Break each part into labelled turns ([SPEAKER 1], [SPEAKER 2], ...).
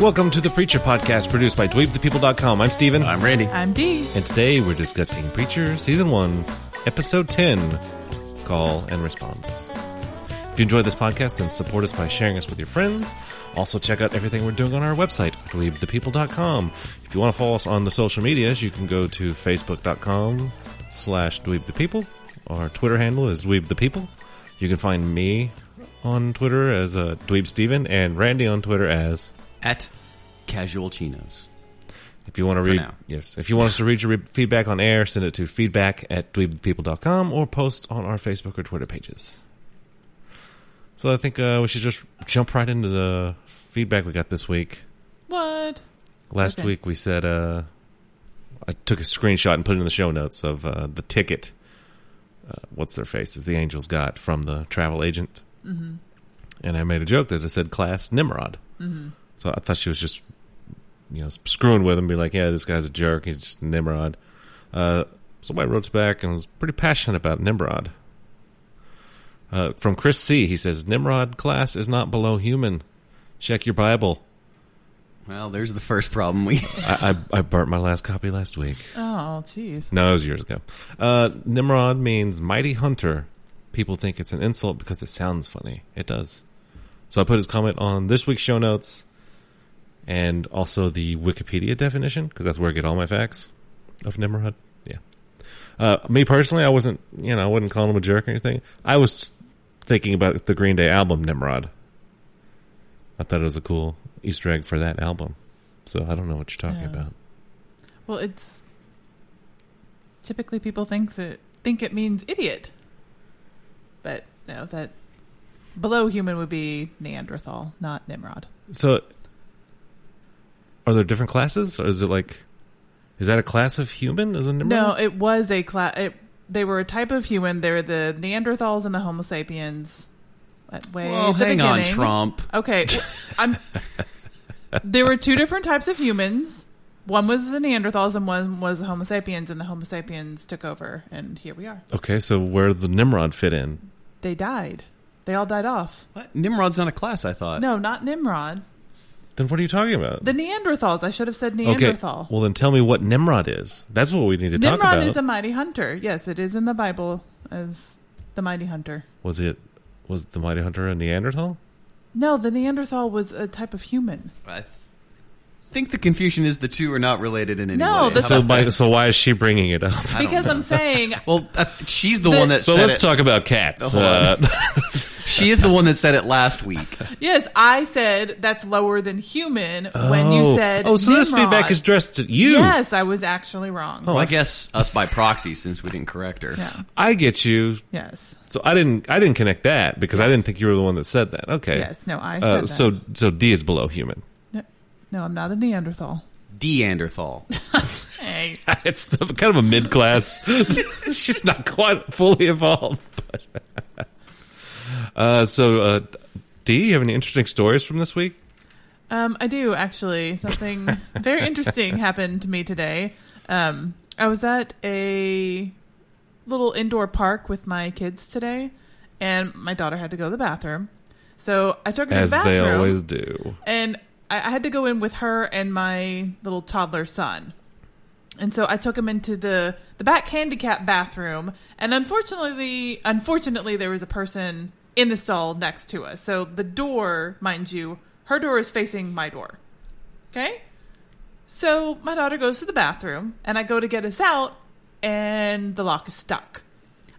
[SPEAKER 1] Welcome to the Preacher Podcast, produced by DweebThePeople.com. I'm Steven.
[SPEAKER 2] I'm Randy.
[SPEAKER 3] I'm D.
[SPEAKER 1] and today we're discussing Preacher Season 1, Episode 10 Call and Response. If you enjoy this podcast, then support us by sharing us with your friends. Also, check out everything we're doing on our website, dweebthepeople.com. If you want to follow us on the social medias, you can go to facebook.com slash dweebthepeople. Our Twitter handle is dweebthepeople. You can find me on Twitter as uh, dweebsteven and Randy on Twitter as
[SPEAKER 2] At Casual Chinos.
[SPEAKER 1] If you want to read,
[SPEAKER 2] now.
[SPEAKER 1] yes, if you want us to read your re- feedback on air, send it to feedback at dweebpeople.com or post on our Facebook or Twitter pages. So I think uh, we should just jump right into the feedback we got this week.
[SPEAKER 3] What?
[SPEAKER 1] Last
[SPEAKER 3] Okay.
[SPEAKER 1] week we said uh, I took a screenshot and put it in the show notes of uh, the ticket. Uh, what's their faces? The angels got from the travel agent, mm-hmm. and I made a joke that it said "Class Nimrod." Mm-hmm. So I thought she was just, you know, screwing with him, be like, "Yeah, this guy's a jerk. He's just Nimrod." Uh, somebody wrote us back and was pretty passionate about Nimrod. Uh, from Chris C, he says Nimrod class is not below human. Check your Bible.
[SPEAKER 2] Well, there's the first problem we.
[SPEAKER 1] I, I, I burnt my last copy last week.
[SPEAKER 3] Oh, jeez.
[SPEAKER 1] No, it was years ago. Uh, Nimrod means mighty hunter. People think it's an insult because it sounds funny. It does. So I put his comment on this week's show notes and also the Wikipedia definition because that's where I get all my facts of Nimrod. Yeah. Uh, me personally, I wasn't, you know, I wasn't calling him a jerk or anything. I was thinking about the Green Day album Nimrod. I thought it was a cool Easter egg for that album. So I don't know what you're talking
[SPEAKER 3] Yeah.
[SPEAKER 1] about.
[SPEAKER 3] Well, it's typically people think that think it means idiot, but no, that below human would be Neanderthal, not Nimrod.
[SPEAKER 1] So, are there different classes, or is it like, is that a class of human? Is a Nimrod?
[SPEAKER 3] No, it was a class. It, they were a type of human. They were the Neanderthals and the Homo sapiens. That way,
[SPEAKER 2] well,
[SPEAKER 3] at the
[SPEAKER 2] hang on,
[SPEAKER 3] beginning.
[SPEAKER 2] Trump.
[SPEAKER 3] Okay, w- I'm. there were two different types of humans. One was the Neanderthals, and one was the Homo sapiens, and the Homo sapiens took over, and here we are.
[SPEAKER 1] Okay, so where the Nimrod fit in?
[SPEAKER 3] They died. They all died off.
[SPEAKER 2] What? Nimrod's not a class, I thought.
[SPEAKER 3] No, not Nimrod.
[SPEAKER 1] Then what are you talking about?
[SPEAKER 3] The Neanderthals. I should have said
[SPEAKER 1] okay,
[SPEAKER 3] Neanderthal.
[SPEAKER 1] well then tell me what Nimrod is. That's what we need to talk
[SPEAKER 3] Nimrod
[SPEAKER 1] about.
[SPEAKER 3] is a mighty hunter. Yes, it is in the Bible as the mighty hunter.
[SPEAKER 1] was it was the mighty hunter a Neanderthal?
[SPEAKER 3] No, the Neanderthal was a type of human.
[SPEAKER 2] I th- think the confusion is the two are not related in any
[SPEAKER 3] No,
[SPEAKER 2] way.
[SPEAKER 3] the-
[SPEAKER 2] How
[SPEAKER 1] So,
[SPEAKER 2] about
[SPEAKER 1] by,
[SPEAKER 2] that?
[SPEAKER 1] so why is she bringing it up?
[SPEAKER 2] I don't
[SPEAKER 3] Because
[SPEAKER 2] know.
[SPEAKER 3] I'm saying
[SPEAKER 2] Well, uh, she's the,
[SPEAKER 3] The-
[SPEAKER 2] one that
[SPEAKER 1] So
[SPEAKER 2] said
[SPEAKER 1] let's
[SPEAKER 2] it.
[SPEAKER 1] talk about cats.
[SPEAKER 2] Hold
[SPEAKER 1] Uh,
[SPEAKER 2] on. She is the one that said it last week.
[SPEAKER 3] yes, I said that's lower than human when you
[SPEAKER 1] oh.
[SPEAKER 3] said
[SPEAKER 1] oh, so this
[SPEAKER 3] Nimrod.
[SPEAKER 1] feedback is addressed at you.
[SPEAKER 3] Yes, I was actually wrong.
[SPEAKER 1] Oh.
[SPEAKER 2] Well, I guess us by proxy since we didn't correct her.
[SPEAKER 3] Yeah.
[SPEAKER 1] I get you.
[SPEAKER 3] Yes.
[SPEAKER 1] So I didn't I didn't connect that because I didn't think you were the one that said that. Okay.
[SPEAKER 3] Yes. No, I said
[SPEAKER 1] Uh,
[SPEAKER 3] that.
[SPEAKER 1] so so D is below human.
[SPEAKER 3] no, no, I'm not a Neanderthal.
[SPEAKER 2] Deanderthal.
[SPEAKER 3] Hey.
[SPEAKER 1] It's the- kind of a mid class. She's not quite fully evolved. but- uh, so uh, D, you have any interesting stories from this week?
[SPEAKER 3] Um, I do actually. Something very interesting happened to me today. Um, I was at a little indoor park with my kids today, and my daughter had to go to the bathroom. So I took her
[SPEAKER 1] As
[SPEAKER 3] to the
[SPEAKER 1] they
[SPEAKER 3] bathroom,
[SPEAKER 1] always do.
[SPEAKER 3] and I, I had to go in with her and my little toddler son. And so I took him into the the back handicap bathroom, and unfortunately, unfortunately, there was a person in the stall next to us. So the door, mind you, her door is facing my door. Okay, so my daughter goes to the bathroom, and I go to get us out, and the lock is stuck.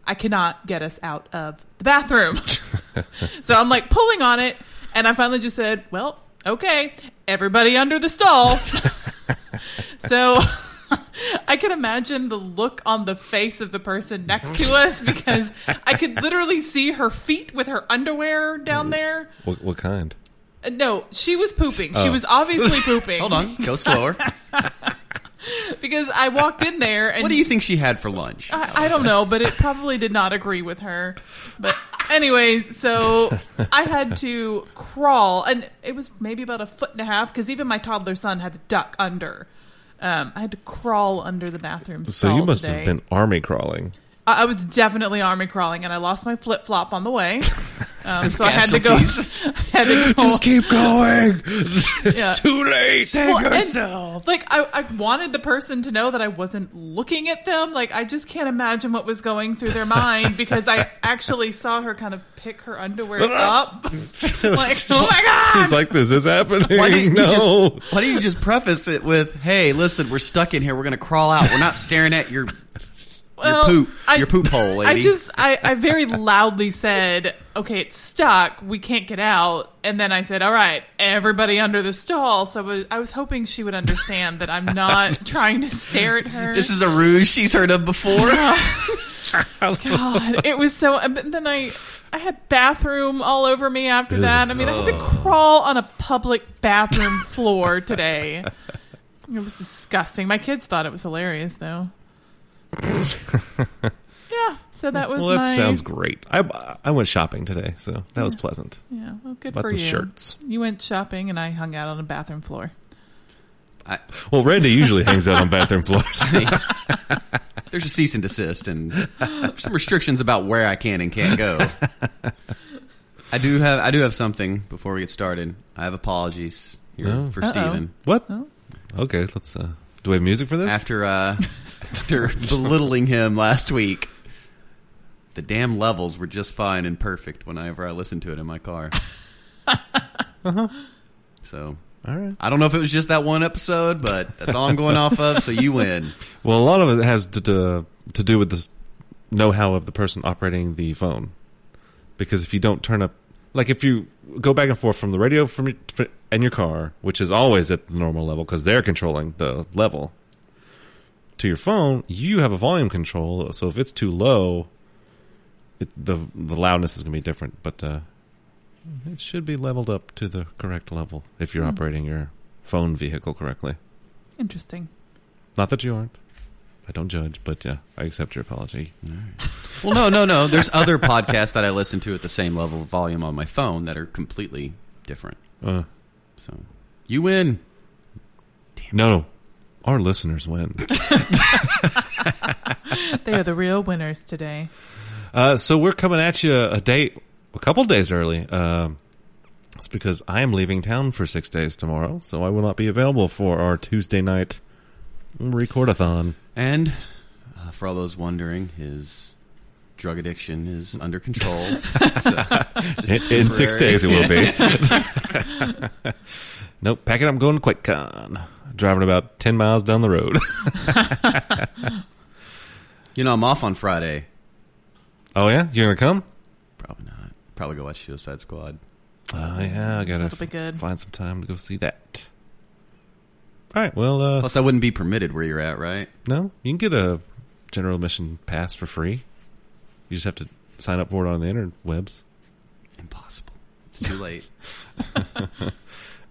[SPEAKER 3] I cannot get us out of the bathroom. so I'm like pulling on it, and I finally just said, "Well, okay, everybody under the stall." So I can imagine the look on the face of the person next to us because I could literally see her feet with her underwear down
[SPEAKER 2] Mm-hmm.
[SPEAKER 3] there.
[SPEAKER 1] What, what kind?
[SPEAKER 3] Uh, No, she was pooping. She
[SPEAKER 1] Oh.
[SPEAKER 3] was obviously pooping.
[SPEAKER 2] Hold on, go slower.
[SPEAKER 3] Because I walked in there and
[SPEAKER 2] What do you think she had for lunch?
[SPEAKER 3] I, I don't know, but it probably did not agree with her. But anyways, so I had to crawl, and it was maybe about a foot and a half because even my toddler son had to duck under. Um, I had to crawl under the bathroom.
[SPEAKER 1] So you
[SPEAKER 3] stall
[SPEAKER 1] must
[SPEAKER 3] today.
[SPEAKER 1] have been army crawling.
[SPEAKER 3] I, I was definitely army crawling, and I lost my flip flop on the way. Um, so I had to go.
[SPEAKER 2] Casualties.
[SPEAKER 3] had to go
[SPEAKER 1] Just keep going. it's
[SPEAKER 3] Oh. Yeah.
[SPEAKER 1] too late.
[SPEAKER 3] Well, and, like I, I wanted the person to know that I wasn't looking at them. Like I just can't imagine what was going through their mind because I actually saw her kind of pick her underwear up. like oh my god!
[SPEAKER 1] She's like, this is happening.
[SPEAKER 2] Why didn't you just-
[SPEAKER 1] no.
[SPEAKER 2] Why don't you just preface it with, "Hey, listen, we're stuck in here. We're gonna crawl out. We're not staring at your
[SPEAKER 3] Well,
[SPEAKER 2] your poop,
[SPEAKER 3] I-
[SPEAKER 2] your poop hole, lady."
[SPEAKER 3] I just I, I very loudly said, "Okay, it's stuck. We can't get out." And then I said, "All right, everybody under the stall." So I was- I was hoping she would understand that I'm not trying to stare at her.
[SPEAKER 2] this is a ruse she's heard of before.
[SPEAKER 3] God, it was so. and Then I, I had bathroom all over me after that. I mean, I had
[SPEAKER 1] Oh.
[SPEAKER 3] to crawl on a public bathroom floor today. It was disgusting. My kids thought it was hilarious, though. yeah. So that was
[SPEAKER 1] Well, that
[SPEAKER 3] my.
[SPEAKER 1] sounds great. I, I went shopping today, so that was pleasant.
[SPEAKER 3] yeah. Well, good
[SPEAKER 1] Bought
[SPEAKER 3] for
[SPEAKER 1] some
[SPEAKER 3] you.
[SPEAKER 1] shirts.
[SPEAKER 3] You went shopping, and I hung out on a bathroom floor.
[SPEAKER 2] I,
[SPEAKER 1] Well, Randy usually hangs out on bathroom floors.
[SPEAKER 2] there's a cease and desist and some restrictions about where I can and can't go. I do have I do have something before we get started. I have apologies here
[SPEAKER 1] Oh.
[SPEAKER 2] for
[SPEAKER 3] Uh-oh.
[SPEAKER 2] Steven.
[SPEAKER 1] What?
[SPEAKER 3] Oh.
[SPEAKER 1] Okay, let's. Uh, do we have music for this?
[SPEAKER 2] After uh after belittling him last week. The damn levels were just fine and perfect whenever I listened to it in my car. So
[SPEAKER 1] All right.
[SPEAKER 2] I don't know if it was just that one episode, but that's all I'm going off of, so you win.
[SPEAKER 1] Well, a lot of it has to to, to do with the know-how of the person operating the phone, because if you don't turn up, like if you go back and forth from the radio from your, fr- and your car, which is always at the normal level because they're controlling the level, to your phone, you have a volume control. So if it's too low, it, the the loudness is going to be different, but uh, it should be leveled up to the correct level if you're operating your phone vehicle correctly.
[SPEAKER 3] Interesting.
[SPEAKER 1] Not that you aren't. I don't judge, but yeah, I accept your apology.
[SPEAKER 2] Well, no, no, no. There's other podcasts that I listen to at the same level of volume on my phone that are completely different.
[SPEAKER 1] Uh,
[SPEAKER 2] So you win.
[SPEAKER 1] no, no, our listeners win.
[SPEAKER 3] They are the real winners today.
[SPEAKER 1] Uh, so we're coming at you a day, a couple days early. Um it's because I am leaving town for six days tomorrow, so I will not be available for our Tuesday night recordathon.
[SPEAKER 2] And uh, for all those wondering, his drug addiction is under control. So, just
[SPEAKER 1] In, in six
[SPEAKER 2] temporary.
[SPEAKER 1] days, it will be. nope, pack it up. I'm going to QuakeCon. Driving about ten miles down the road.
[SPEAKER 2] You know, I'm off on Friday.
[SPEAKER 1] oh yeah, you're gonna come?
[SPEAKER 2] Probably not. Probably go watch Suicide Squad.
[SPEAKER 1] Oh yeah, I gotta
[SPEAKER 3] That'll be good.
[SPEAKER 1] find some time to go see that. All right. Well, uh,
[SPEAKER 2] Plus, I wouldn't be permitted where you're at, right?
[SPEAKER 1] no, you can get a general admission pass for free. You just have to sign up for it on the interwebs.
[SPEAKER 2] Impossible. It's too late.
[SPEAKER 1] All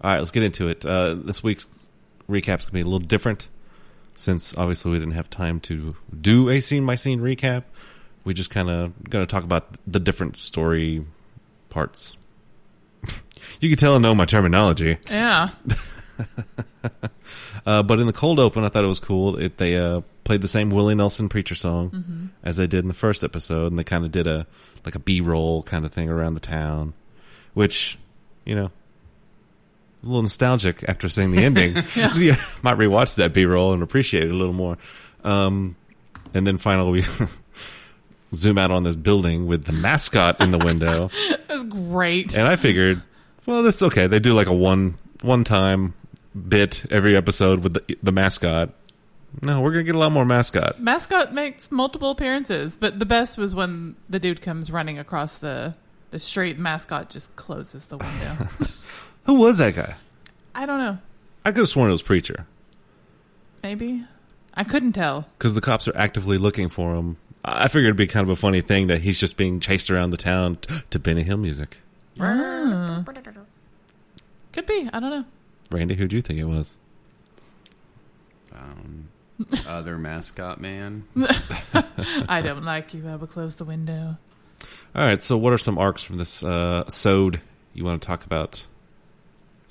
[SPEAKER 1] right, let's get into it. Uh, this week's recap's gonna be a little different since obviously we didn't have time to do a scene by scene recap. We just kind of gonna talk about the different story parts. you can tell I know my terminology.
[SPEAKER 3] Yeah.
[SPEAKER 1] Uh, but in the cold open, I thought it was cool. It, they uh, played the same Willie Nelson preacher song as they did in the first episode, and they kind of did a like a B roll kind of thing around the town, which you know, a little nostalgic after seeing the ending. yeah. might rewatch that B roll and appreciate it a little more. Um, and then finally, we zoom out on this building with the mascot in the window.
[SPEAKER 3] It was great.
[SPEAKER 1] And I figured, well, this is okay. They do like a one one time bit every episode with the, the mascot. No, we're gonna get a lot more mascot.
[SPEAKER 3] Mascot makes multiple appearances, but the best was when the dude comes running across the the street. Mascot just closes the window.
[SPEAKER 1] Who was that guy?
[SPEAKER 3] I don't know.
[SPEAKER 1] I could have sworn it was Preacher
[SPEAKER 3] Maybe I couldn't tell.
[SPEAKER 1] because the cops are actively looking for him. I I figured it'd be kind of a funny thing that he's just being chased around the town t- to Benny Hill music.
[SPEAKER 3] Could be. I don't know.
[SPEAKER 1] Randy, who do you think it was?
[SPEAKER 2] Um, other mascot man.
[SPEAKER 3] I don't like you. I will close the window.
[SPEAKER 1] All right, so what are some arcs from this uh, sode you want to talk about?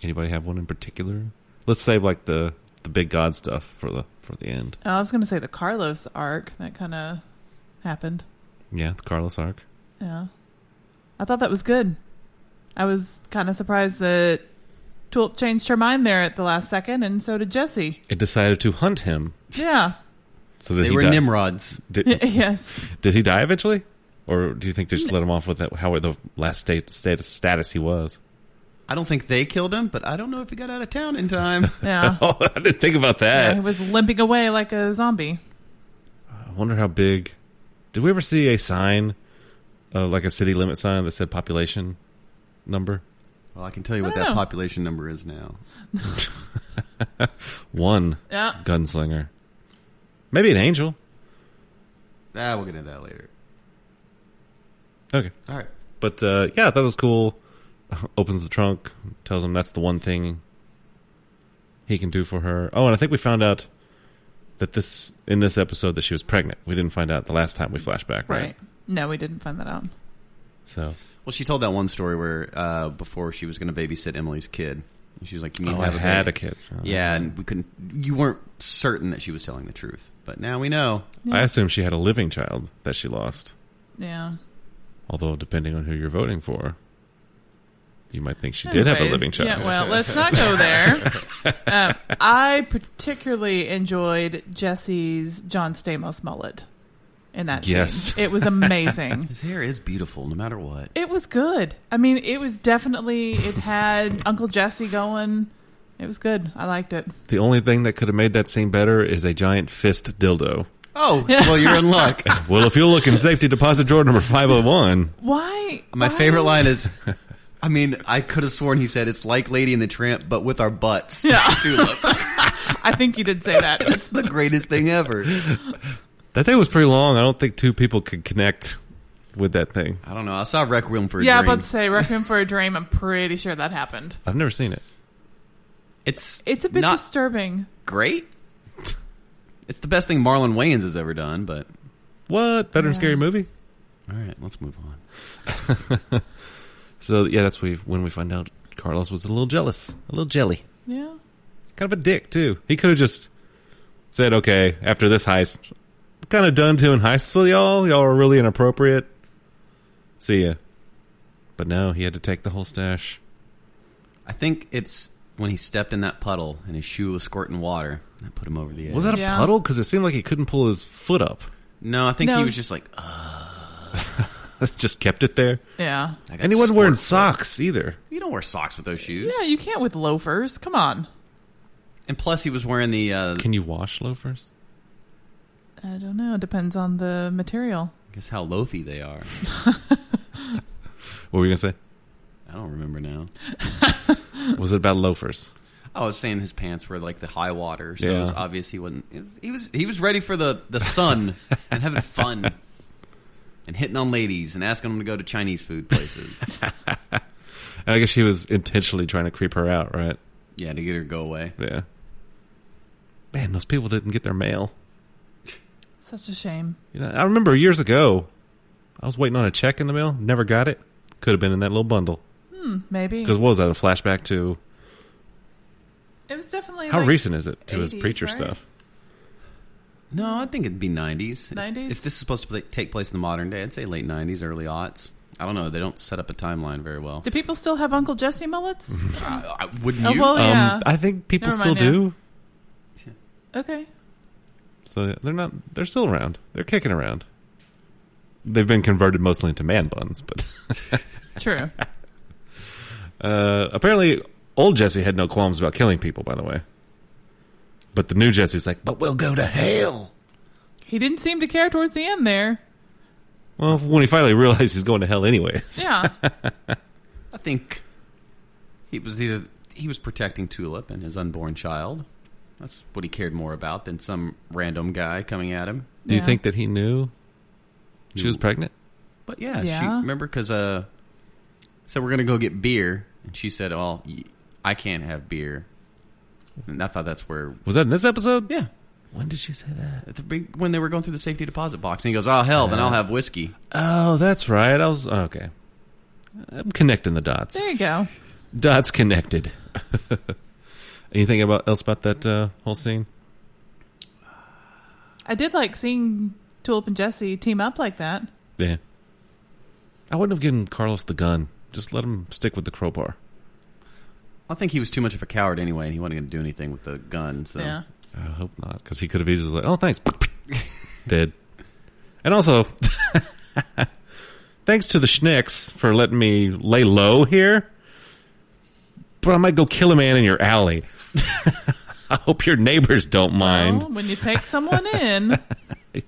[SPEAKER 1] Anybody have one in particular? Let's save like the the big god stuff for the for the end.
[SPEAKER 3] Oh, I was going to say the Carlos arc that kind of happened.
[SPEAKER 1] Yeah, the Carlos arc.
[SPEAKER 3] Yeah. I thought that was good. I was kind of surprised that Tulip changed her mind there at the last second, and so did Jesse.
[SPEAKER 1] It decided to hunt him
[SPEAKER 3] Yeah.
[SPEAKER 1] so that
[SPEAKER 2] They
[SPEAKER 1] he
[SPEAKER 2] were
[SPEAKER 1] died.
[SPEAKER 2] Nimrods.
[SPEAKER 1] Did,
[SPEAKER 3] yes.
[SPEAKER 1] did he die eventually, or do you think they just let him off with that, how the last state, state status he was?
[SPEAKER 2] I don't think they killed him, but I don't know if he got out of town in time.
[SPEAKER 3] Yeah.
[SPEAKER 1] Oh, I didn't think about that.
[SPEAKER 3] yeah. He was limping away like a zombie.
[SPEAKER 1] I wonder how big. Did we ever see a sign, uh, like a city limit sign that said population number
[SPEAKER 2] well, I can tell you what
[SPEAKER 3] I don't
[SPEAKER 2] that
[SPEAKER 3] know.
[SPEAKER 2] population number is now.
[SPEAKER 1] one
[SPEAKER 3] Yeah.
[SPEAKER 1] gunslinger? Maybe an angel.
[SPEAKER 2] Ah, we'll get into that later.
[SPEAKER 1] Okay,
[SPEAKER 2] All right.
[SPEAKER 1] but uh, yeah, I thought it was cool. Opens the trunk, tells him that's the one thing he can do for her. Oh, and I think we found out that this in this episode that she was pregnant. We didn't find out the last time we flashback, right?
[SPEAKER 3] Right. No, we didn't find that out.
[SPEAKER 1] So
[SPEAKER 2] Well, she told that one story where uh, before she was going to babysit Emily's kid, she was like, "You need
[SPEAKER 1] oh,
[SPEAKER 2] to
[SPEAKER 1] I
[SPEAKER 2] have a
[SPEAKER 1] had
[SPEAKER 2] baby."
[SPEAKER 1] a kid. Oh.
[SPEAKER 2] Yeah, and we couldn't. You weren't certain that she was telling the truth, but now we know.
[SPEAKER 1] I assume she had a living child that she lost.
[SPEAKER 3] Yeah.
[SPEAKER 1] Although, depending on who you're voting for, you might think she did have a
[SPEAKER 3] Anyways,
[SPEAKER 1] living child.
[SPEAKER 3] Yeah, well, let's not go there. um, I particularly enjoyed Jesse's John Stamos mullet in that scene.
[SPEAKER 1] Yes.
[SPEAKER 3] It was amazing.
[SPEAKER 2] His hair is beautiful, no matter what.
[SPEAKER 3] It was good. I mean, it was definitely it had Uncle Jesse going. It was good. I liked it.
[SPEAKER 1] The only thing that could have made that scene better is a giant fist dildo.
[SPEAKER 2] Oh, well, you're in luck.
[SPEAKER 1] well, if you'll look in safety deposit drawer number 501,
[SPEAKER 3] Why?
[SPEAKER 2] My
[SPEAKER 3] why-
[SPEAKER 2] favorite line is. I mean, I could have sworn he said it's like Lady and the Tramp, but with our butts.
[SPEAKER 3] Yeah.
[SPEAKER 2] Tulip.
[SPEAKER 3] I think you did say that. It's-
[SPEAKER 2] the greatest thing ever.
[SPEAKER 1] that thing was pretty long. I don't think two people could connect with that thing.
[SPEAKER 2] I don't know. I saw Requiem for a
[SPEAKER 3] yeah, I'm
[SPEAKER 2] Dream.
[SPEAKER 3] about to say Requiem for a Dream. I'm pretty sure that happened.
[SPEAKER 1] I've never seen it.
[SPEAKER 2] it's
[SPEAKER 3] It's a bit
[SPEAKER 2] not
[SPEAKER 3] disturbing.
[SPEAKER 2] great. It's the best thing Marlon Wayans has ever done, but
[SPEAKER 1] What? Better than
[SPEAKER 3] Yeah.
[SPEAKER 1] Scary Movie?
[SPEAKER 2] all right, let's move on.
[SPEAKER 1] So, yeah, that's we when we find out Carlos was a little jealous, a little jelly.
[SPEAKER 3] Yeah.
[SPEAKER 1] Kind of a dick, too. He could have just said, okay, after this heist, I'm kind of done doing heists with y'all. Y'all are really inappropriate. See ya. But no, he had to take the whole stash.
[SPEAKER 2] I think it's when he stepped in that puddle and his shoe was squirting water. That put him over the edge.
[SPEAKER 1] Was that a
[SPEAKER 3] Yeah.
[SPEAKER 1] puddle? Because it seemed like he couldn't pull his foot up.
[SPEAKER 2] No, I think
[SPEAKER 3] No.
[SPEAKER 2] he was just like, "Ugh,
[SPEAKER 1] just kept it there.
[SPEAKER 3] Yeah.
[SPEAKER 2] I got
[SPEAKER 1] And he wasn't wearing
[SPEAKER 2] squirt."
[SPEAKER 1] socks either.
[SPEAKER 2] You don't wear socks with those shoes.
[SPEAKER 3] Yeah, you can't with loafers. Come on.
[SPEAKER 2] And plus, he was wearing the. Uh,
[SPEAKER 1] Can you wash loafers?
[SPEAKER 3] I don't know. Depends on the material.
[SPEAKER 2] guess how loafy they are.
[SPEAKER 1] What were you going to
[SPEAKER 2] I don't remember now.
[SPEAKER 1] say? Was it about loafers?
[SPEAKER 2] I was saying his pants were like the high water, so
[SPEAKER 1] Yeah.
[SPEAKER 2] it was obvious he wasn't. It was, he was he was ready for the the sun and having fun and hitting on ladies and asking them to go to Chinese food places.
[SPEAKER 1] And I guess he was intentionally trying to creep her out, right?
[SPEAKER 2] yeah, to get her to go away.
[SPEAKER 1] Yeah. Man, those people didn't get their mail.
[SPEAKER 3] Such a shame.
[SPEAKER 1] You know, I remember years ago, I was waiting on a check in the mail, never got it. Could have been in that little bundle.
[SPEAKER 3] Maybe
[SPEAKER 1] Because what was that? A flashback to
[SPEAKER 3] it was definitely
[SPEAKER 1] how
[SPEAKER 3] like-
[SPEAKER 1] recent is it to his
[SPEAKER 3] 80s,
[SPEAKER 1] preacher
[SPEAKER 3] right?
[SPEAKER 1] stuff?
[SPEAKER 2] No, I think it'd be nineties.
[SPEAKER 3] 90s?
[SPEAKER 2] If this is supposed to pla- take place in the modern day, I'd say late nineties, early aughts. I don't know. They don't set up a timeline very well.
[SPEAKER 3] Do people still have Uncle Jesse mullets?
[SPEAKER 2] I, I, wouldn't
[SPEAKER 3] oh
[SPEAKER 2] you?
[SPEAKER 3] well, yeah.
[SPEAKER 1] Mm-hmm. Um, I think people
[SPEAKER 3] Never
[SPEAKER 1] still
[SPEAKER 3] mind, yeah.
[SPEAKER 1] do.
[SPEAKER 3] okay.
[SPEAKER 1] So they're not. They're still around. They're kicking around. They've been converted mostly into man buns, but
[SPEAKER 3] True.
[SPEAKER 1] uh, apparently old Jesse had no qualms about killing people. By the way, but the new Jesse's like, but we'll go to hell.
[SPEAKER 3] he didn't seem to care towards the end there.
[SPEAKER 1] Well, when he finally realized he's going to hell anyway,
[SPEAKER 3] Yeah.
[SPEAKER 2] I think he was either he was protecting Tulip and his unborn child. That's what he cared more about than some random guy coming at him.
[SPEAKER 1] do you
[SPEAKER 3] Yeah.
[SPEAKER 1] think that he knew she was
[SPEAKER 2] Knew.
[SPEAKER 1] pregnant?
[SPEAKER 2] But yeah,
[SPEAKER 3] Yeah.
[SPEAKER 2] she remember because uh, said we're gonna go get beer, and she said, "Oh, y- I can't have beer." And I thought that's where,
[SPEAKER 1] Was that in this episode?
[SPEAKER 2] yeah,
[SPEAKER 1] When did she say that?
[SPEAKER 2] at the big, when they were going through the safety deposit box, and he goes, "Oh hell, then I'll have whiskey."
[SPEAKER 1] Oh, that's right. I was oh, okay. I'm connecting the dots.
[SPEAKER 3] There you go.
[SPEAKER 1] Dots connected. Anything about else about that uh, whole scene?
[SPEAKER 3] I did like seeing Tulip and Jesse team up like that.
[SPEAKER 1] Yeah. I wouldn't have given Carlos the gun. Just let him stick with the crowbar.
[SPEAKER 2] I think he was too much of a coward anyway, and he wasn't going to do anything with the gun. So
[SPEAKER 3] Yeah.
[SPEAKER 1] I hope not, because he could have easily like, oh, thanks, dead. And also, thanks to the Schnicks for letting me lay low here. But I might go kill a man in your alley. I hope your neighbors don't mind
[SPEAKER 3] Well, Oh, when you take someone in,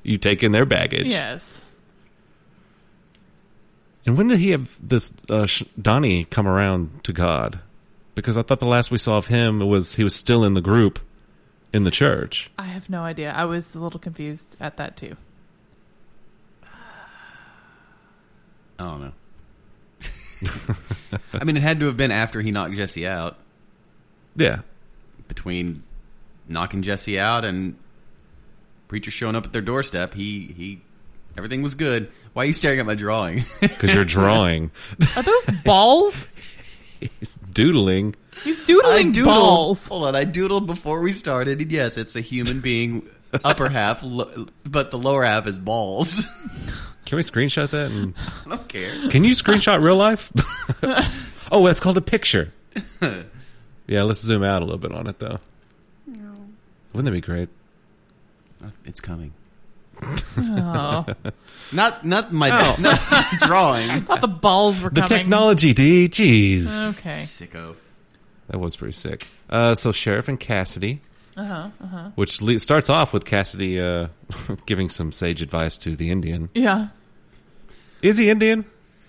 [SPEAKER 1] you taking their baggage.
[SPEAKER 3] yes.
[SPEAKER 1] And when did he have this uh, Sh- Donnie come around to God? Because I thought the last we saw of him was he was still in the group in the church.
[SPEAKER 3] I have no idea. I was a little confused at that too.
[SPEAKER 2] I don't know. I mean, it had to have been after he knocked Jesse out.
[SPEAKER 1] Yeah.
[SPEAKER 2] Between knocking Jesse out and preacher showing up at their doorstep, he he everything was good. Why are you staring at my drawing?
[SPEAKER 1] Because you're drawing,
[SPEAKER 3] Are those balls?
[SPEAKER 1] he's doodling.
[SPEAKER 3] He's doodling
[SPEAKER 2] doodled-
[SPEAKER 3] balls.
[SPEAKER 2] Hold on, I doodled before we started. And yes, it's a human being upper half, lo- but the lower half is balls.
[SPEAKER 1] Can we screenshot that? And
[SPEAKER 2] I don't care.
[SPEAKER 1] can you screenshot real life? oh, that's called a picture. Yeah, let's zoom out a little bit on it though. Wouldn't that be great?
[SPEAKER 2] It's coming.
[SPEAKER 3] Oh,
[SPEAKER 2] Not not my not the drawing.
[SPEAKER 3] thought the balls were
[SPEAKER 1] The
[SPEAKER 3] coming. Uh.
[SPEAKER 1] technology, D. Jeez,
[SPEAKER 3] Okay.
[SPEAKER 2] Sicko.
[SPEAKER 1] that was pretty sick. Uh, so sheriff and Cassidy.
[SPEAKER 3] Uh huh. Uh huh.
[SPEAKER 1] which le- starts off with Cassidy uh, giving some sage advice to the Indian.
[SPEAKER 3] Yeah.
[SPEAKER 1] Is he Indian?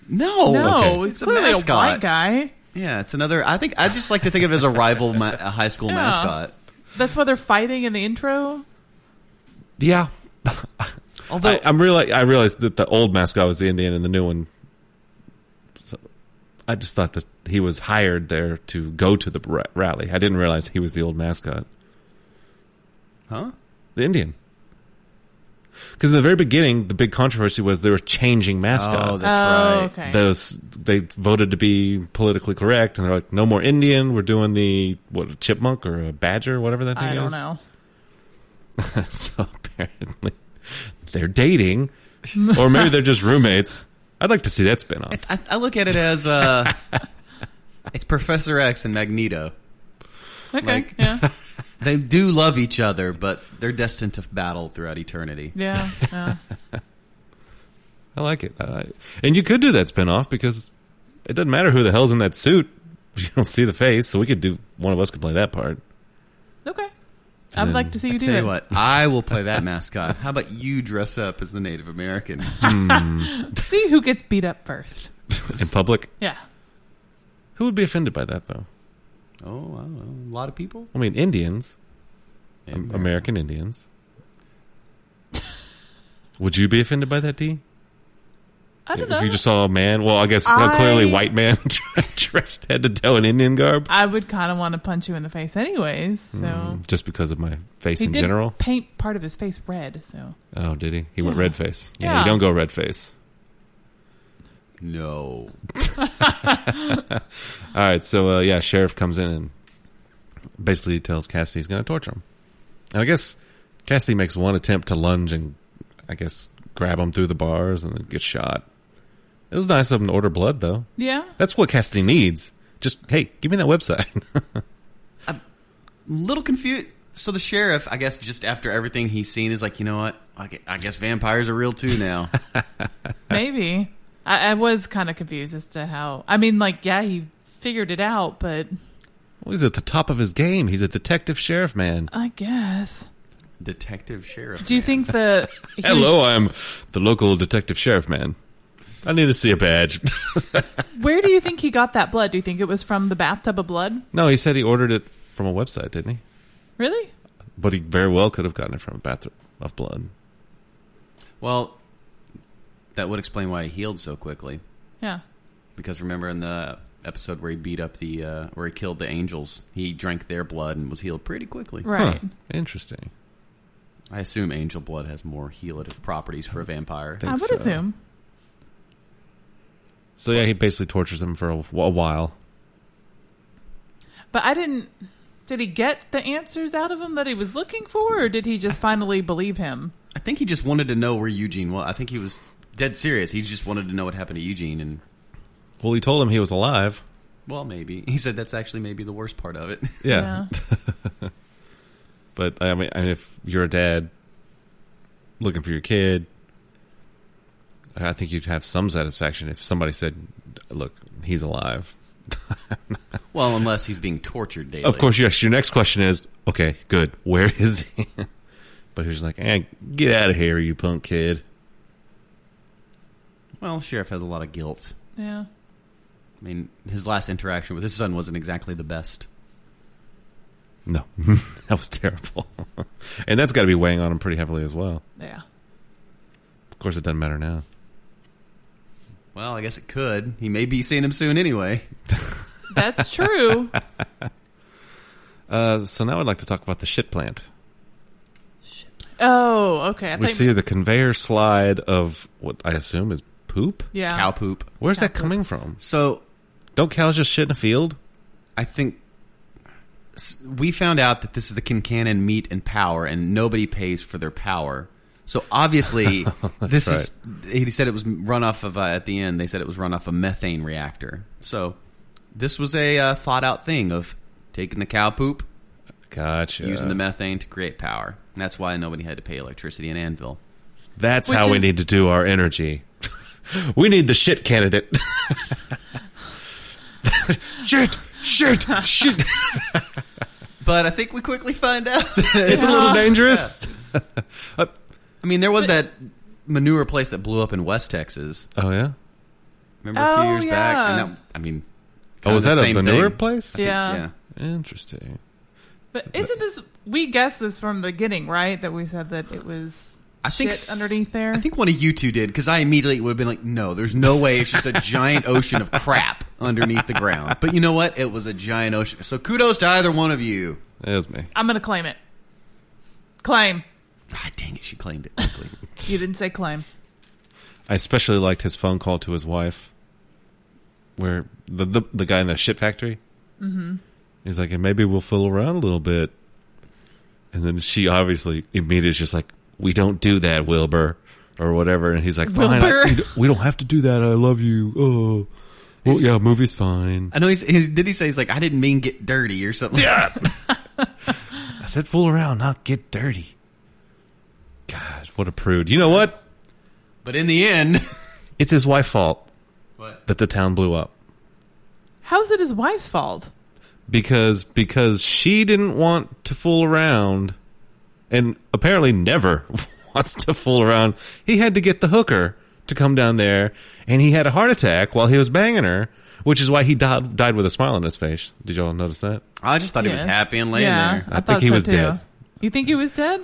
[SPEAKER 2] No,
[SPEAKER 3] No,
[SPEAKER 2] Oh, okay.
[SPEAKER 3] it's, clearly a,
[SPEAKER 2] mascot.
[SPEAKER 3] white guy.
[SPEAKER 2] Yeah, it's another. I think I just like to think of it as a rival ma- a high school
[SPEAKER 3] Yeah.
[SPEAKER 2] mascot.
[SPEAKER 3] That's why they're fighting in the intro.
[SPEAKER 1] Yeah.
[SPEAKER 2] Although
[SPEAKER 1] I, I'm reali- I realized that the old mascot was the Indian and the new one. So I just thought that he was hired there to go to the ra- rally. I didn't realize he was the old mascot,
[SPEAKER 2] huh?
[SPEAKER 1] the Indian. Because in the very beginning, the big controversy was they were changing mascots.
[SPEAKER 2] That's
[SPEAKER 3] oh,
[SPEAKER 2] right.
[SPEAKER 3] okay.
[SPEAKER 1] those they voted to be politically correct, and they're like, "No more Indian. We're doing the what a chipmunk or a badger, whatever that thing
[SPEAKER 3] I don't
[SPEAKER 1] is."
[SPEAKER 3] know.
[SPEAKER 1] so apparently, they're dating, or maybe they're just roommates. I'd like to see that spin off.
[SPEAKER 2] I, I look at it as uh, it's Professor X and Magneto.
[SPEAKER 3] Okay.
[SPEAKER 2] Like-
[SPEAKER 3] yeah.
[SPEAKER 2] They do love each other, but they're destined to battle throughout eternity.
[SPEAKER 3] Yeah. Yeah.
[SPEAKER 1] I like it. I and you could do that spin off because it doesn't matter who the hell's in that suit. You don't see the face, so we could do one of us could play that part.
[SPEAKER 3] Okay. I would
[SPEAKER 1] then-
[SPEAKER 3] like to see you
[SPEAKER 2] I
[SPEAKER 3] do
[SPEAKER 2] tell
[SPEAKER 3] it.
[SPEAKER 2] you what, I will play that mascot. How about you dress up as the Native American?
[SPEAKER 3] See who gets beat up first.
[SPEAKER 1] in public.
[SPEAKER 3] Yeah.
[SPEAKER 1] Who would be offended by that though?
[SPEAKER 2] oh, I don't know, a lot of people.
[SPEAKER 1] I mean, Indians, Am- American Indians. Would you be offended by that, D?
[SPEAKER 3] I don't
[SPEAKER 1] if
[SPEAKER 3] know.
[SPEAKER 1] you just saw a man, well, I guess no,
[SPEAKER 3] I-
[SPEAKER 1] clearly white man dressed head to toe in Indian garb,
[SPEAKER 3] I would kind of want to punch you in the face, anyways. So
[SPEAKER 1] just because of my face
[SPEAKER 3] he
[SPEAKER 1] Hmm. in
[SPEAKER 3] did
[SPEAKER 1] general.
[SPEAKER 3] paint part of his face red. So
[SPEAKER 1] Oh, did he? He went
[SPEAKER 3] Yeah.
[SPEAKER 1] red face. Yeah,
[SPEAKER 3] Hmm. Yeah.
[SPEAKER 1] you don't go red face.
[SPEAKER 2] No.
[SPEAKER 1] All right, so uh, yeah, sheriff comes in and basically tells Cassidy he's going to torture him, and I guess Cassidy makes one attempt to lunge and I guess grab him through the bars and then gets shot. It was nice of him to order blood, though.
[SPEAKER 3] yeah,
[SPEAKER 1] That's what Cassidy needs. Just hey, give me that website.
[SPEAKER 2] little confused. So the sheriff, I guess, just after everything he's seen, is like, you know what? I gue- I guess vampires are real too now.
[SPEAKER 3] maybe. I, I was kind of confused as to how. I mean, like, yeah, he figured it out, but
[SPEAKER 1] well, he's at the top of his game. He's a detective sheriff man.
[SPEAKER 3] I guess.
[SPEAKER 2] Detective sheriff.
[SPEAKER 3] Do you think the he was-
[SPEAKER 1] Hello, I'm the local detective sheriff man. I need to see a badge.
[SPEAKER 3] where do you think he got that blood? Do you think it was from the bathtub of blood?
[SPEAKER 1] no, he said he ordered it from a website, didn't he?
[SPEAKER 3] Really?
[SPEAKER 1] But he very well could have gotten it from a bathroom of blood.
[SPEAKER 2] Well, that would explain why he healed so quickly.
[SPEAKER 3] Yeah.
[SPEAKER 2] Because remember in the episode where he beat up the, uh, where he killed the angels, he drank their blood and was healed pretty quickly.
[SPEAKER 3] Right.
[SPEAKER 1] Huh. Interesting.
[SPEAKER 2] I assume angel blood has more healative properties for a vampire.
[SPEAKER 1] Think
[SPEAKER 3] I would
[SPEAKER 1] so.
[SPEAKER 3] assume.
[SPEAKER 1] So yeah, he basically tortures him for a, wh- a while.
[SPEAKER 3] But I didn't. Did he get the answers out of him that he was looking for, or did he just finally believe him?
[SPEAKER 2] I think he just wanted to know where Eugene was. I think he was dead serious. He just wanted to know what happened to Eugene, and
[SPEAKER 1] Well, he told him he was alive.
[SPEAKER 2] well, maybe he said that's actually maybe the worst part of it.
[SPEAKER 1] Yeah. But I mean, I mean, if you're a dad looking for your kid, I think you'd have some satisfaction if somebody said, "Look, he's alive."
[SPEAKER 2] well, unless he's being tortured daily.
[SPEAKER 1] Of course, yes. Your next question is, "Okay, good. Where is he?" but he's like, eh, "Get out of here, you punk kid."
[SPEAKER 2] Well, sheriff has a lot of guilt.
[SPEAKER 3] Yeah.
[SPEAKER 2] I mean, his last interaction with his son wasn't exactly the best.
[SPEAKER 1] No, that was terrible, and that's got to be weighing on him pretty heavily as well.
[SPEAKER 3] Yeah.
[SPEAKER 1] Of course, it doesn't matter now.
[SPEAKER 2] Well, I guess it could. He may be seeing him soon anyway.
[SPEAKER 3] That's true.
[SPEAKER 1] Uh, so now I'd like to talk about the shit plant.
[SPEAKER 3] oh, okay. I
[SPEAKER 1] we
[SPEAKER 3] think-
[SPEAKER 1] see the conveyor slide of what I assume is poop.
[SPEAKER 3] yeah.
[SPEAKER 2] Cow poop.
[SPEAKER 1] Where's that
[SPEAKER 3] Cow poop.
[SPEAKER 1] coming from?
[SPEAKER 2] So
[SPEAKER 1] Don't cows just shit in a field?
[SPEAKER 2] I think s- we found out that this is the Kincannon meat and power, and nobody pays for their power. So obviously, this is. He said it was run off of uh, at the end. They said it was run off a methane reactor. So this was a uh, thought out thing of taking the cow poop,
[SPEAKER 1] Gotcha.
[SPEAKER 2] using the methane to create power. And that's why nobody had to pay electricity in Anvil.
[SPEAKER 1] That's
[SPEAKER 3] Which
[SPEAKER 1] how we
[SPEAKER 3] is-
[SPEAKER 1] need to do our energy. we need the shit candidate. shit, shit, shit.
[SPEAKER 2] But I think we quickly find out.
[SPEAKER 1] It's a little dangerous.
[SPEAKER 2] I mean, there was that manure place that blew up in West Texas.
[SPEAKER 1] Oh yeah.
[SPEAKER 2] Remember a few
[SPEAKER 3] Oh,
[SPEAKER 2] years back?
[SPEAKER 3] yeah.
[SPEAKER 2] And that, I mean,
[SPEAKER 1] Oh, was
[SPEAKER 2] kinda the
[SPEAKER 1] that a
[SPEAKER 2] same
[SPEAKER 1] manure
[SPEAKER 2] thing.
[SPEAKER 1] place?
[SPEAKER 3] Yeah.
[SPEAKER 2] yeah.
[SPEAKER 1] Interesting.
[SPEAKER 3] But isn't this? We guessed this from the beginning, right? That we said that it was
[SPEAKER 2] I think
[SPEAKER 3] shit
[SPEAKER 2] s-
[SPEAKER 3] underneath there.
[SPEAKER 2] I think one of you two did because I immediately would have been like, "No, there's no way it's just a giant ocean of crap underneath the ground." But you know what? It was a giant ocean. So kudos to either one of you.
[SPEAKER 1] It was me.
[SPEAKER 3] I'm gonna claim it. Claim.
[SPEAKER 2] Ah, dang it, she claimed it quickly.
[SPEAKER 3] You didn't say claim.
[SPEAKER 1] I especially liked his phone call to his wife, where the the, the guy in the shit factory. Mm-hmm. He's like, and maybe we'll fool around a little bit, and then she obviously immediately is just like, we don't do that, Wilbur, or whatever. And he's like, fine, I-
[SPEAKER 3] Wilbur.
[SPEAKER 1] we don't- we don't have to do that. I love you. Oh, well, yeah, movie's fine.
[SPEAKER 2] I know he's. He, did he say he's like, "I didn't mean get dirty" or something? Yeah.
[SPEAKER 1] I said, fool around, not get dirty. God, what a prude. You know what?
[SPEAKER 2] But in the end,
[SPEAKER 1] It's his wife's fault
[SPEAKER 2] what?
[SPEAKER 1] that the town blew up.
[SPEAKER 3] How's it his wife's fault?
[SPEAKER 1] because because she didn't want to fool around and apparently never wants to fool around he had to get the hooker to come down there and he had a heart attack while he was banging her which is why he died, died with a smile on his face did y'all notice that
[SPEAKER 2] I just thought he was
[SPEAKER 3] Yes.
[SPEAKER 2] happy and laying
[SPEAKER 3] yeah,
[SPEAKER 2] there.
[SPEAKER 1] I think he was dead.
[SPEAKER 3] You think he was dead?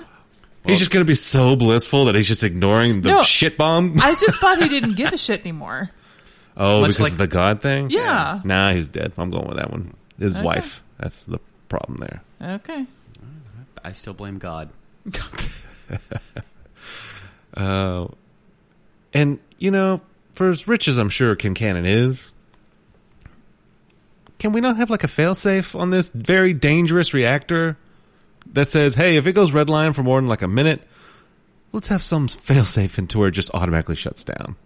[SPEAKER 1] he's just gonna be so blissful that he's just ignoring the
[SPEAKER 3] No.
[SPEAKER 1] shit bomb
[SPEAKER 3] I just thought he didn't give a shit anymore.
[SPEAKER 1] oh
[SPEAKER 2] Much
[SPEAKER 1] because
[SPEAKER 2] like-
[SPEAKER 1] of the god thing
[SPEAKER 3] Yeah.
[SPEAKER 1] nah he's dead i'm going with that one his
[SPEAKER 3] Okay.
[SPEAKER 1] wife that's the problem there
[SPEAKER 3] Okay.
[SPEAKER 2] I still blame God.
[SPEAKER 1] Uh, and you know, for as rich as I'm sure Kim Cannon is, can we not have like a failsafe on this very dangerous reactor that says, "Hey, if it goes red line for more than like a minute, let's have some failsafe into where it just automatically shuts down."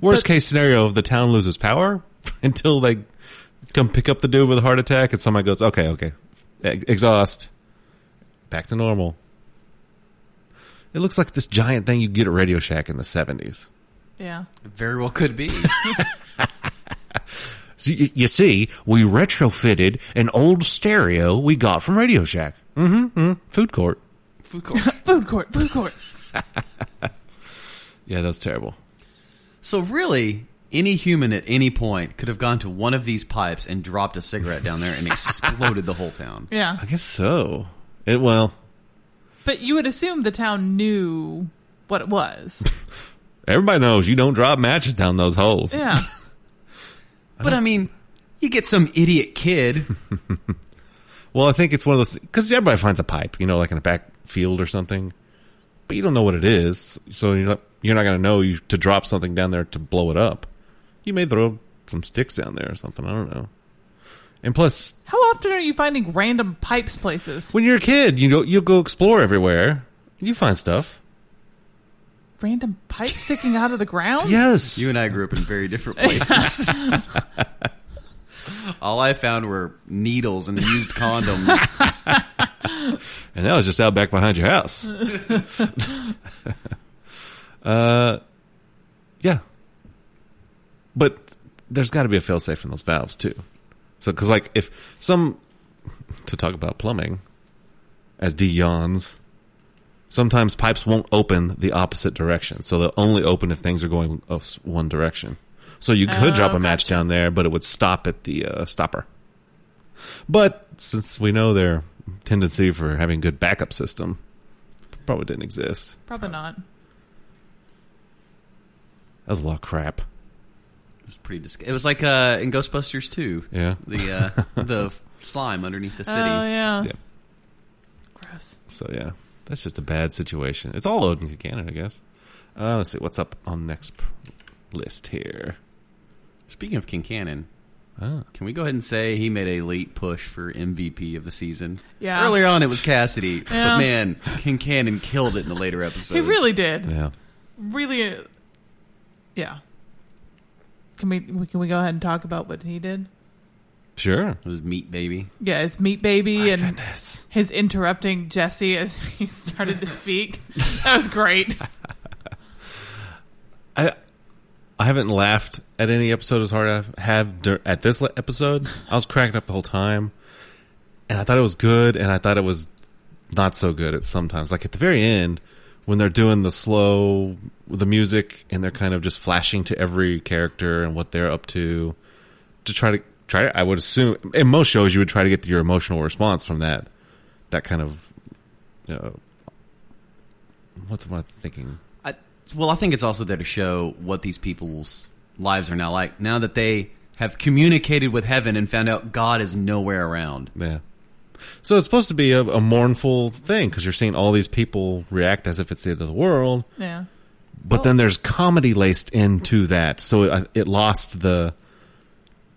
[SPEAKER 1] Worst
[SPEAKER 3] But-
[SPEAKER 1] case scenario, the town loses power until they come pick up the dude with a heart attack, and somebody goes, "Okay, okay, Ex- exhaust, back to normal." It looks like this giant thing you get at Radio Shack in the seventies.
[SPEAKER 3] Yeah.
[SPEAKER 2] It very well could be.
[SPEAKER 1] So you, you see, we retrofitted an old stereo we got from Radio Shack. Mm-hmm. Food court.
[SPEAKER 2] Food court.
[SPEAKER 3] Food court. Food court.
[SPEAKER 1] Yeah, that's terrible.
[SPEAKER 2] So really, any human at any point could have gone to one of these pipes and dropped a cigarette down there and exploded the whole town.
[SPEAKER 3] Yeah.
[SPEAKER 1] I guess so. It well,
[SPEAKER 3] But you would assume the town knew what it was.
[SPEAKER 1] everybody knows you don't drop matches down those holes.
[SPEAKER 3] Yeah.
[SPEAKER 2] But I mean, you get some idiot kid.
[SPEAKER 1] Well, I think it's one of those because everybody finds a pipe, you know, like in a backfield or something, but you don't know what it is, so you're not you're not going to know you, to drop something down there to blow it up. You may throw some sticks down there or something. I don't know. And plus,
[SPEAKER 3] How often are you finding random pipes places?
[SPEAKER 1] When you're a kid, you know you go explore everywhere. You find stuff.
[SPEAKER 3] random pipe sticking out of the ground?
[SPEAKER 1] Yes.
[SPEAKER 2] You and I grew up in very different places. All I found were needles and used condoms.
[SPEAKER 1] And that was just out back behind your house. uh, yeah. But there's got to be a failsafe in those valves too. So, because like if some to talk about plumbing, as D yawns, sometimes pipes won't open the opposite direction, so they'll only open if things are going of s- one direction. So you could
[SPEAKER 3] Oh,
[SPEAKER 1] drop a match down there, but it would stop at the uh, stopper. But since we know their tendency for having good backup system, probably didn't exist.
[SPEAKER 3] Probably not.
[SPEAKER 1] That was a lot of crap.
[SPEAKER 2] It was pretty disg- It was like uh, in Ghostbusters 2.
[SPEAKER 1] Yeah.
[SPEAKER 2] The uh, the slime underneath the city.
[SPEAKER 3] Oh yeah.
[SPEAKER 1] Yeah.
[SPEAKER 3] Gross.
[SPEAKER 1] So yeah, that's just a bad situation. It's all Odin Buchanan, I guess. Uh, let's see what's up on next p- list here.
[SPEAKER 2] Speaking of Kincannon,
[SPEAKER 1] Ah.
[SPEAKER 2] can we go ahead and say he made a late push for MVP of the season?
[SPEAKER 3] Yeah.
[SPEAKER 2] Earlier on, it was Cassidy,
[SPEAKER 3] Yeah.
[SPEAKER 2] but man, Kincannon killed it in the later episodes.
[SPEAKER 3] He really did.
[SPEAKER 1] Yeah,
[SPEAKER 3] Really. uh, Yeah. Can we can we go ahead and talk about what he did?
[SPEAKER 1] sure.
[SPEAKER 2] It was meat baby.
[SPEAKER 3] Yeah, his meat baby and
[SPEAKER 1] Goodness,
[SPEAKER 3] his interrupting Jesse as he started to speak. that was great.
[SPEAKER 1] I I haven't laughed at any episode as hard as I have dur- at this le- episode. I was cracking up the whole time, and I thought it was good, and I thought it was not so good at sometimes. Like at the very end, when they're doing the slow, the music, and they're kind of just flashing to every character and what they're up to. to try to try to, I would assume in most shows you would try to get your emotional response from that that kind of uh, what's what I'm thinking
[SPEAKER 2] I, well, I think it's also there to show what these people's lives are now like. Now that they have communicated with heaven and found out God is nowhere around.
[SPEAKER 1] yeah so it's supposed to be a, a mournful thing because you're seeing all these people react as if it's the end of the world
[SPEAKER 3] Yeah.
[SPEAKER 2] Oh.
[SPEAKER 1] but then there's comedy laced into that so it, it lost the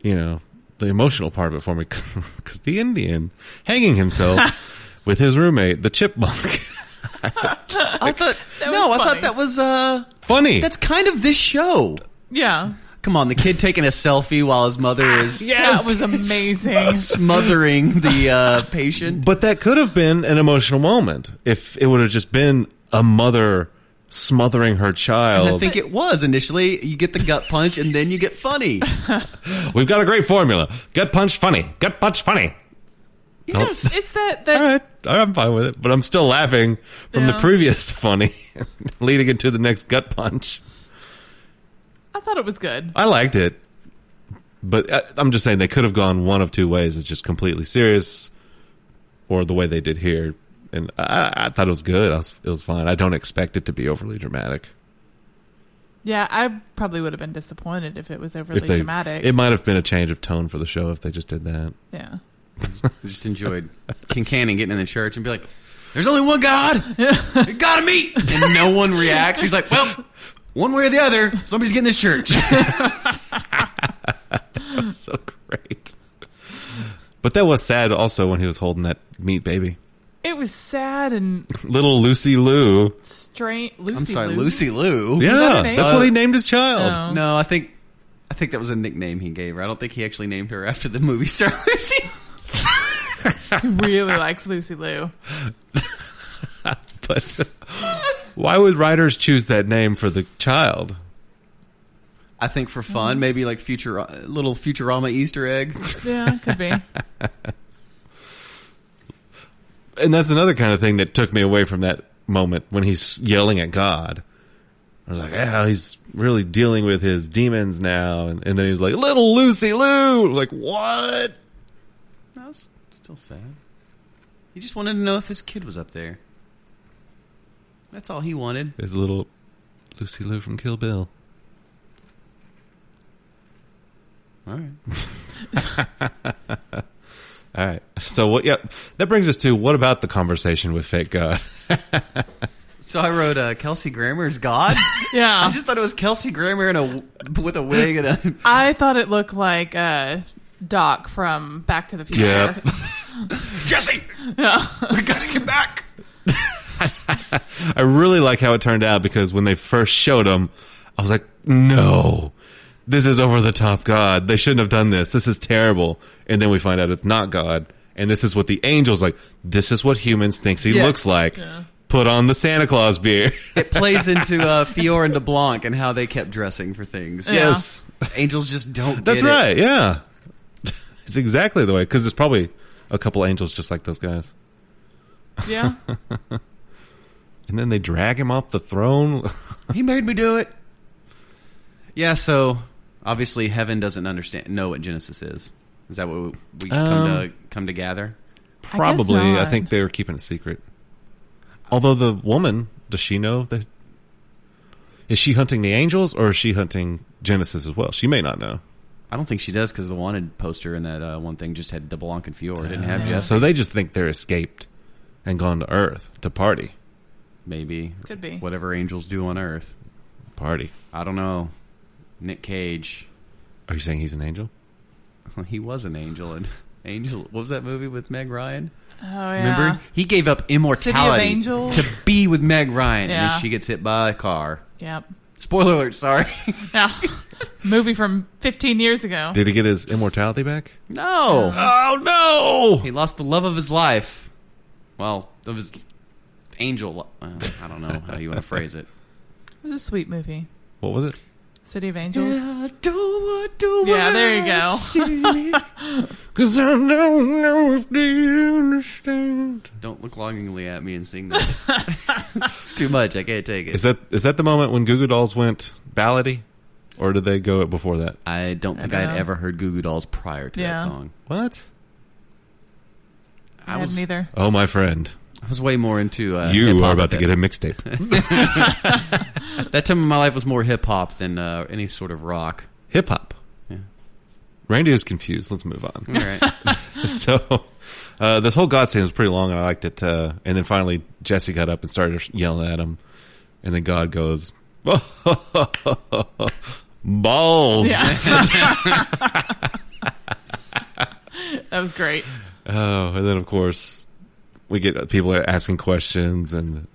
[SPEAKER 1] you know the emotional part of it for me because the indian hanging himself with his roommate the chipmunk
[SPEAKER 2] I thought
[SPEAKER 3] That
[SPEAKER 2] no,
[SPEAKER 3] was
[SPEAKER 2] I
[SPEAKER 3] funny.
[SPEAKER 2] thought that was uh,
[SPEAKER 1] funny
[SPEAKER 2] that's kind of this show.
[SPEAKER 3] Yeah.
[SPEAKER 2] Come on, the kid taking a selfie while his mother
[SPEAKER 3] Ah,
[SPEAKER 2] is
[SPEAKER 3] That was amazing.
[SPEAKER 2] smothering the uh, patient.
[SPEAKER 1] But that could have been an emotional moment if it would have just been a mother smothering her
[SPEAKER 2] And I
[SPEAKER 1] child.
[SPEAKER 2] think it was initially. You get the gut punch, and then you get funny.
[SPEAKER 1] We've got a great formula. Gut punch funny. Gut punch funny.
[SPEAKER 2] Yes,
[SPEAKER 3] it's that
[SPEAKER 1] All
[SPEAKER 3] that
[SPEAKER 1] right. I'm fine with it, but I'm still laughing from the
[SPEAKER 3] Yeah.
[SPEAKER 1] previous funny leading into the next gut punch.
[SPEAKER 3] I thought it was good.
[SPEAKER 1] I liked it. But I- I'm just saying they could have gone one of two ways. It's just completely serious or the way they did here. And I, I thought it was good. I was, it was fine. I don't expect it to be overly dramatic.
[SPEAKER 3] Yeah, I probably would have been disappointed if it was overly
[SPEAKER 1] they,
[SPEAKER 3] dramatic.
[SPEAKER 1] It might have been a change of tone for the show if they just did that.
[SPEAKER 3] yeah.
[SPEAKER 2] I just enjoyed Kincannon getting in the church and be like, "There's only one God. We gotta meet." And no one reacts. He's like, "Well, one way or the other, somebody's getting this church."
[SPEAKER 1] so great. But that was sad also when he was holding that meat baby.
[SPEAKER 3] It was sad and
[SPEAKER 1] Little Lucy Lou.
[SPEAKER 3] strange. Lucy
[SPEAKER 2] I'm sorry,
[SPEAKER 3] Lou.
[SPEAKER 2] Lucy Lou.
[SPEAKER 1] Yeah,
[SPEAKER 3] her name?
[SPEAKER 1] that's what he named his child.
[SPEAKER 3] Oh.
[SPEAKER 2] No, I think I think that was a nickname he gave her. I don't think he actually named her after the movie star Lucy.
[SPEAKER 3] really likes Lucy Lou.
[SPEAKER 1] But why would writers choose that name for the child?
[SPEAKER 2] I think for fun, maybe like future little Futurama Easter egg.
[SPEAKER 3] Yeah, could be.
[SPEAKER 1] And that's another kind of thing that took me away from that moment when he's yelling at God. I was like, yeah, he's really dealing with his demons now. And, and then he was like, little Lucy Lou. Like, what?
[SPEAKER 2] That's still sad. He just wanted to know if his kid was up there. That's all he wanted.
[SPEAKER 1] is little Lucy Lou from Kill Bill.
[SPEAKER 2] All right.
[SPEAKER 1] All right. So what? Yep. That brings us to what about the conversation with fake God?
[SPEAKER 2] So I wrote uh, Kelsey Grammer's God. I
[SPEAKER 3] Yeah.
[SPEAKER 2] just thought it was Kelsey Grammer in a with a wig and a.
[SPEAKER 3] I thought it looked like uh, Doc from Back to the Future.
[SPEAKER 1] Yep.
[SPEAKER 2] Jesse,
[SPEAKER 3] Yeah.
[SPEAKER 2] we gotta get back.
[SPEAKER 1] I really like how it turned out because when they first showed him, I was like, no, this is over the top God. They shouldn't have done this. This is terrible. And then we find out it's not God. And this is what the angels like. This is what humans thinks he
[SPEAKER 2] Yeah.
[SPEAKER 1] looks like.
[SPEAKER 3] Yeah.
[SPEAKER 1] Put on the Santa Claus beard.
[SPEAKER 2] It plays into uh, Fior and DeBlanc and how they kept dressing for things.
[SPEAKER 3] Yeah.
[SPEAKER 1] Yes.
[SPEAKER 2] Angels just don't.
[SPEAKER 1] That's
[SPEAKER 2] get it.
[SPEAKER 1] right. Yeah. It's exactly the way. Cause there's probably a couple angels just like those guys.
[SPEAKER 3] Yeah. Oh,
[SPEAKER 1] And then they drag him off the throne.
[SPEAKER 2] He made me do it. Yeah, so obviously heaven doesn't understand know what Genesis is. Is that what we- we come
[SPEAKER 1] Um,
[SPEAKER 2] to come to gather?
[SPEAKER 1] Probably. I,
[SPEAKER 3] not.
[SPEAKER 1] think they were keeping it secret. Although the woman, does she know that? Is she hunting the angels or is she hunting Genesis as well? She may not know.
[SPEAKER 2] I don't think she does because the wanted poster in that uh, one thing just had DeBlanc and Fior. It didn't have
[SPEAKER 3] Yeah.
[SPEAKER 2] Jess.
[SPEAKER 1] So they just think they're escaped and gone to Earth to party.
[SPEAKER 2] Maybe
[SPEAKER 3] Could be.
[SPEAKER 2] whatever angels do on Earth.
[SPEAKER 1] Party.
[SPEAKER 2] I don't know. Nick Cage,
[SPEAKER 1] Are you saying he's an angel?
[SPEAKER 2] he was an angel and Angel. What was that movie with Meg Ryan?
[SPEAKER 3] Oh yeah.
[SPEAKER 2] Remember, he gave up immortality
[SPEAKER 3] Angels?
[SPEAKER 2] to be with Meg Ryan, and
[SPEAKER 3] Yeah.
[SPEAKER 2] then she gets hit by a car.
[SPEAKER 3] Yep.
[SPEAKER 2] Spoiler alert! Sorry.
[SPEAKER 3] Yeah. Movie from 15 years ago.
[SPEAKER 1] Did he get his immortality back?
[SPEAKER 2] no.
[SPEAKER 1] Oh
[SPEAKER 2] He lost the love of his life. Well, of his angel. lo- well, I don't know how you want to phrase it.
[SPEAKER 3] It was a sweet movie.
[SPEAKER 1] What was it?
[SPEAKER 3] City of Angels.
[SPEAKER 2] Yeah,
[SPEAKER 3] Yeah, there you go.
[SPEAKER 2] go.
[SPEAKER 1] Because I don't know if they understand.
[SPEAKER 2] don't look longingly at me and sing that. it's too much. I can't take it.
[SPEAKER 1] Is that is that the moment when Goo Goo Dolls went ballady, or did they go it before that?
[SPEAKER 2] I don't think
[SPEAKER 3] I
[SPEAKER 2] I
[SPEAKER 3] know.
[SPEAKER 2] had ever heard Goo Goo Dolls prior to
[SPEAKER 3] Yeah.
[SPEAKER 2] that song.
[SPEAKER 1] What?
[SPEAKER 3] I,
[SPEAKER 2] I was,
[SPEAKER 3] hadn't either.
[SPEAKER 1] Oh, my friend,
[SPEAKER 2] I was way more into uh,
[SPEAKER 1] you
[SPEAKER 2] hip-hop
[SPEAKER 1] are
[SPEAKER 2] at
[SPEAKER 1] about to
[SPEAKER 2] that-
[SPEAKER 1] get a mixtape.
[SPEAKER 2] That time of my life was more hip hop than uh, any sort of rock.
[SPEAKER 1] Hip hop.
[SPEAKER 2] Yeah.
[SPEAKER 1] Reindeer's confused. Let's move on.
[SPEAKER 2] All right.
[SPEAKER 1] so uh, this whole God scene was pretty long, and I liked it. Uh, and then finally, Jesse got up and started yelling at him, and then God goes, "Balls!"
[SPEAKER 3] Yeah. that was great.
[SPEAKER 1] Oh, and then of course we get people asking questions, and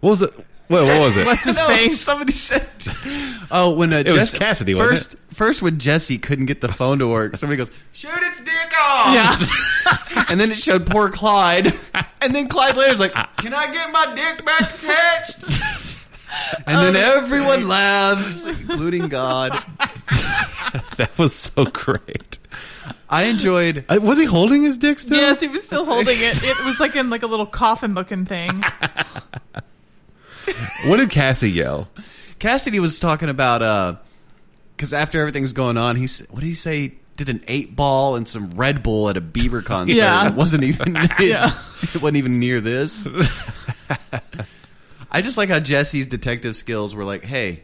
[SPEAKER 1] what was it? Well, what was it?
[SPEAKER 3] What's his face?
[SPEAKER 2] Somebody said. Oh, when uh,
[SPEAKER 1] was
[SPEAKER 2] Jesse,
[SPEAKER 1] Cassidy, wasn't
[SPEAKER 2] first, first when Jesse couldn't get the phone to work, somebody goes, "Shoot its dick off,"
[SPEAKER 3] Yeah.
[SPEAKER 2] and then it showed poor Clyde, and then Clyde later's like, "Can I get my dick back attached?" And then everyone laughs, including God.
[SPEAKER 1] That was so great.
[SPEAKER 2] I enjoyed.
[SPEAKER 1] Uh, was he holding his dick still?
[SPEAKER 3] Yes, he was still holding it. It was like in like a little coffin looking thing.
[SPEAKER 1] What did Cassie yell?
[SPEAKER 2] Cassidy was talking about because after everything's going on, he's what did he say? He Did an eight ball and some Red Bull at a Bieber concert?
[SPEAKER 3] Yeah.
[SPEAKER 2] it wasn't even
[SPEAKER 3] Yeah.
[SPEAKER 2] it wasn't even near this. I just like how Jesse's detective skills were like, "Hey,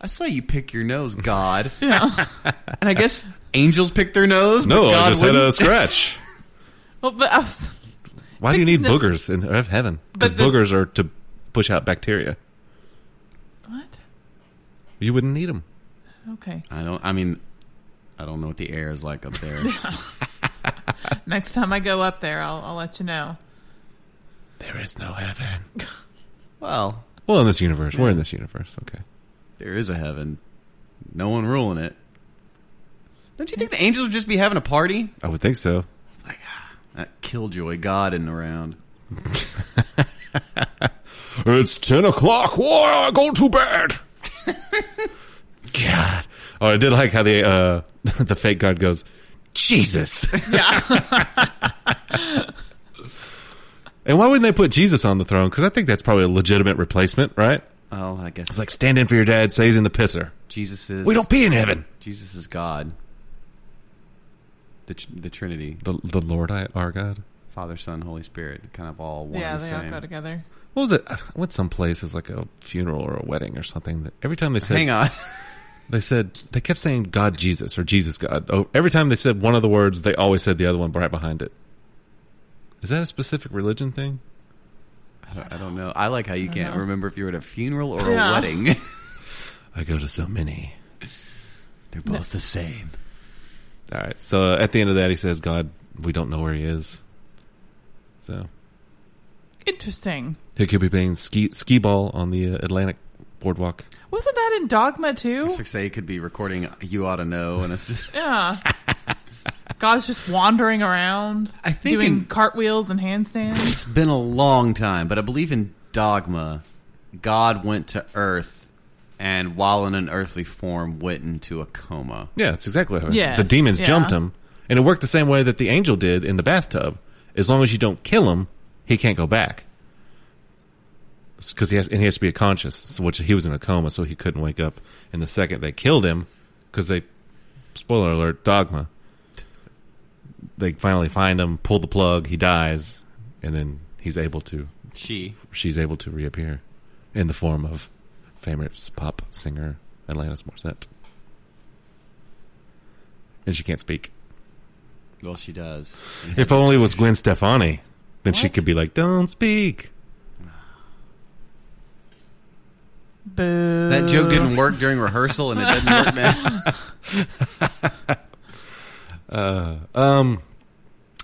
[SPEAKER 2] I saw you pick your nose, God,"
[SPEAKER 3] Yeah.
[SPEAKER 2] and I guess angels pick their nose.
[SPEAKER 1] No,
[SPEAKER 2] but God
[SPEAKER 1] I just
[SPEAKER 2] wouldn't.
[SPEAKER 1] had a scratch.
[SPEAKER 3] Well, but I was,
[SPEAKER 1] Why do you need
[SPEAKER 3] Fix the-
[SPEAKER 1] boogers in of heaven? Because
[SPEAKER 3] But the-
[SPEAKER 1] boogers are to push out bacteria.
[SPEAKER 3] what?
[SPEAKER 1] You wouldn't need them.
[SPEAKER 3] Okay.
[SPEAKER 2] I don't. I mean, I don't know what the air is like up there.
[SPEAKER 3] Next time I go up there, I'll, I'll let you know.
[SPEAKER 1] There is no heaven.
[SPEAKER 2] well,
[SPEAKER 1] Well, in this universe, we're in this universe. Okay.
[SPEAKER 2] There is a heaven. No one ruling it. Don't you think the angels would just be having a party?
[SPEAKER 1] I would think so.
[SPEAKER 2] Like, ah, that killjoy God in around.
[SPEAKER 1] It's 10 o'clock. Why I go to bed? God. Oh, I did like how the, uh, the fake God goes, Jesus.
[SPEAKER 3] Yeah.
[SPEAKER 1] And why wouldn't they put Jesus on the throne? Because I think that's probably a legitimate replacement, right?
[SPEAKER 2] Oh, I guess
[SPEAKER 1] It's like, stand in for your dad, say he's in the pisser.
[SPEAKER 2] Jesus is.
[SPEAKER 1] We don't pee in heaven.
[SPEAKER 2] Jesus is God. The, tr- the Trinity,
[SPEAKER 1] The, the Lord, I, our God.
[SPEAKER 2] Father, Son, Holy Spirit, kind of all one.
[SPEAKER 3] yeah,
[SPEAKER 2] and
[SPEAKER 3] they all
[SPEAKER 2] same.
[SPEAKER 3] go together.
[SPEAKER 1] What was it? I went someplace. It was like a funeral or a wedding or something. That every time they said,
[SPEAKER 2] Hang on.
[SPEAKER 1] they said they kept saying God Jesus or Jesus God. Oh, every time they said one of the words, they always said the other one right behind it. Is that a specific religion thing?
[SPEAKER 2] I don't, I don't know. I like how you can't
[SPEAKER 3] know.
[SPEAKER 2] remember if you're at a funeral or a
[SPEAKER 3] Yeah.
[SPEAKER 2] wedding.
[SPEAKER 1] I go to so many.
[SPEAKER 2] They're both the same.
[SPEAKER 1] All right. So uh, at the end of that, he says, "God, we don't know where he is." So
[SPEAKER 3] Interesting.
[SPEAKER 1] He could be playing ski skee ball on the uh, Atlantic boardwalk.
[SPEAKER 3] Wasn't that in Dogma too?
[SPEAKER 2] Let's say he could be recording "You Ought to Know" and it's
[SPEAKER 3] Yeah. God's just wandering around,
[SPEAKER 2] I think
[SPEAKER 3] doing
[SPEAKER 2] in-
[SPEAKER 3] cartwheels and handstands.
[SPEAKER 2] It's been a long time, but I believe in dogma. God went to Earth, and while in an earthly form, went into a coma.
[SPEAKER 1] Yeah, that's exactly how it
[SPEAKER 3] Yes,
[SPEAKER 1] The demons
[SPEAKER 3] yeah.
[SPEAKER 1] jumped him, and it worked the same way that the angel did in the bathtub. As long as you don't kill him, he can't go back. Because he has, and he has to be conscious, so which he was in a coma, so he couldn't wake up. And the second they killed him, because they, spoiler alert, dogma. They finally find him, pull the plug, he dies, and then he's able to,
[SPEAKER 2] She.
[SPEAKER 1] she's able to reappear, in the form of famous pop singer Atlantis Morissette. And she can't speak.
[SPEAKER 2] Well, she does.
[SPEAKER 1] If only it was Gwen Stefani, then she
[SPEAKER 3] What?
[SPEAKER 1] could be like, "Don't speak."
[SPEAKER 3] Boo.
[SPEAKER 2] That joke didn't work during rehearsal, and it didn't work now.
[SPEAKER 1] Um,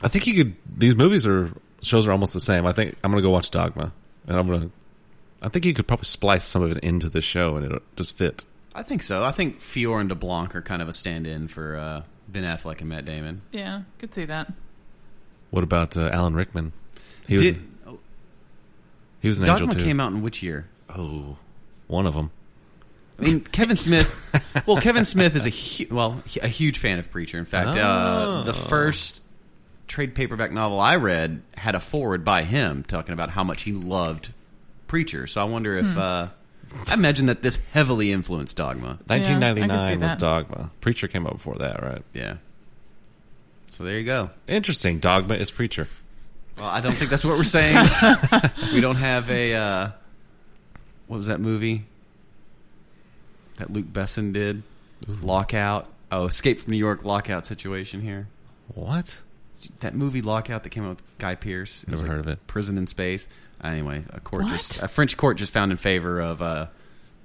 [SPEAKER 1] I think you could. These movies are shows are almost the same. I think I'm gonna go watch Dogma, and I'm gonna. I think you could probably splice some of it into the show, and it'll just fit.
[SPEAKER 2] I think so. I think Fior and DeBlanc are kind of a stand-in for uh, Ben Affleck and Matt Damon.
[SPEAKER 3] Yeah, could see that.
[SPEAKER 1] What about uh, Alan Rickman? He was
[SPEAKER 2] Did,
[SPEAKER 1] he was an
[SPEAKER 2] dogma
[SPEAKER 1] angel too.
[SPEAKER 2] came out in which year?
[SPEAKER 1] Oh, one of them.
[SPEAKER 2] I mean, Kevin Smith. Well, Kevin Smith is a hu- well a huge fan of Preacher. In fact, uh, the first trade paperback novel I read had a forward by him talking about how much he loved Preacher. So I wonder if uh, I imagine that this heavily influenced Dogma.
[SPEAKER 1] 1999 was
[SPEAKER 3] that.
[SPEAKER 1] Dogma. Preacher came out before that, right?
[SPEAKER 2] Yeah. So there you go.
[SPEAKER 1] Interesting. Dogma is Preacher.
[SPEAKER 2] Well, I don't think that's what we're saying. we don't have a uh, what was that movie that Luke Besson did? Lockout. Oh, Escape from New York lockout situation here.
[SPEAKER 1] What?
[SPEAKER 2] that movie Lockout that came out with Guy Pearce.
[SPEAKER 1] Never heard of it.
[SPEAKER 2] Prison in Space. Anyway, a court
[SPEAKER 3] What?
[SPEAKER 2] just a French court just found in favor of uh,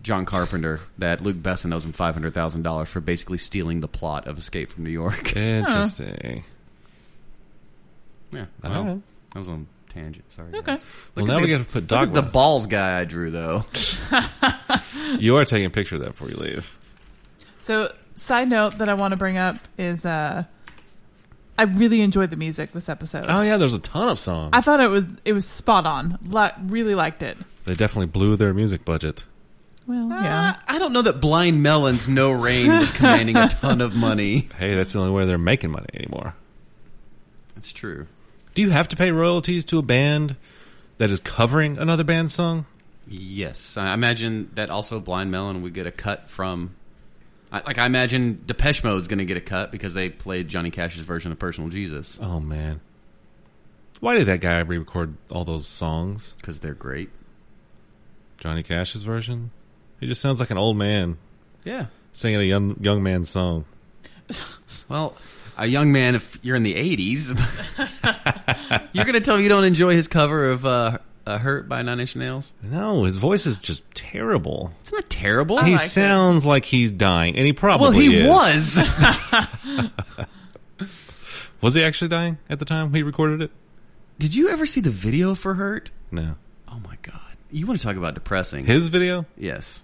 [SPEAKER 2] John Carpenter that Luke Besson owes him five hundred thousand dollars for basically stealing the plot of Escape from New York.
[SPEAKER 1] Interesting.
[SPEAKER 2] Yeah,
[SPEAKER 1] I
[SPEAKER 2] well,
[SPEAKER 1] don't know.
[SPEAKER 2] that was on tangent. Sorry.
[SPEAKER 3] Okay.
[SPEAKER 2] guys.
[SPEAKER 1] Well,
[SPEAKER 2] Look at
[SPEAKER 1] now
[SPEAKER 2] the-
[SPEAKER 1] we got to put
[SPEAKER 2] Look at
[SPEAKER 1] Dogma.
[SPEAKER 2] the balls guy I drew though.
[SPEAKER 1] you are taking a picture of that before you leave.
[SPEAKER 3] So, side note that I want to bring up is uh, I really enjoyed the music this episode.
[SPEAKER 1] Oh yeah, there's a ton of songs.
[SPEAKER 3] I thought it was it was spot on. Li- really liked it.
[SPEAKER 1] they definitely blew their music budget.
[SPEAKER 3] Well,
[SPEAKER 1] Ah.
[SPEAKER 3] yeah.
[SPEAKER 2] Uh, I don't know that Blind Melon's No Rain was commanding a ton of money.
[SPEAKER 1] Hey, that's the only way they're making money anymore.
[SPEAKER 2] That's true.
[SPEAKER 1] Do you have to pay royalties to a band that is covering another band's song?
[SPEAKER 2] Yes, I imagine that also Blind Melon would get a cut from. I, like I imagine Depeche Mode's going to get a cut because they played Johnny Cash's version of Personal Jesus
[SPEAKER 1] Oh man, why did that guy re-record all those songs?
[SPEAKER 2] because they're great.
[SPEAKER 1] Johnny Cash's version. He just sounds like an old man
[SPEAKER 2] Yeah.
[SPEAKER 1] singing a young young man's song.
[SPEAKER 2] Well, a young man, if you're in the '80s, you're going to tell me you don't enjoy his cover of uh, uh, "Hurt" by Nine Inch Nails.
[SPEAKER 1] No, his voice is just terrible.
[SPEAKER 2] It's not terrible.
[SPEAKER 1] he
[SPEAKER 3] like it.
[SPEAKER 1] sounds like he's dying, and he probably
[SPEAKER 2] well, he
[SPEAKER 1] is.
[SPEAKER 2] was.
[SPEAKER 1] Was he actually dying at the time he recorded it?
[SPEAKER 2] Did you ever see the video for "Hurt"?
[SPEAKER 1] No.
[SPEAKER 2] Oh my god! You want to talk about depressing?
[SPEAKER 1] His video?
[SPEAKER 2] Yes.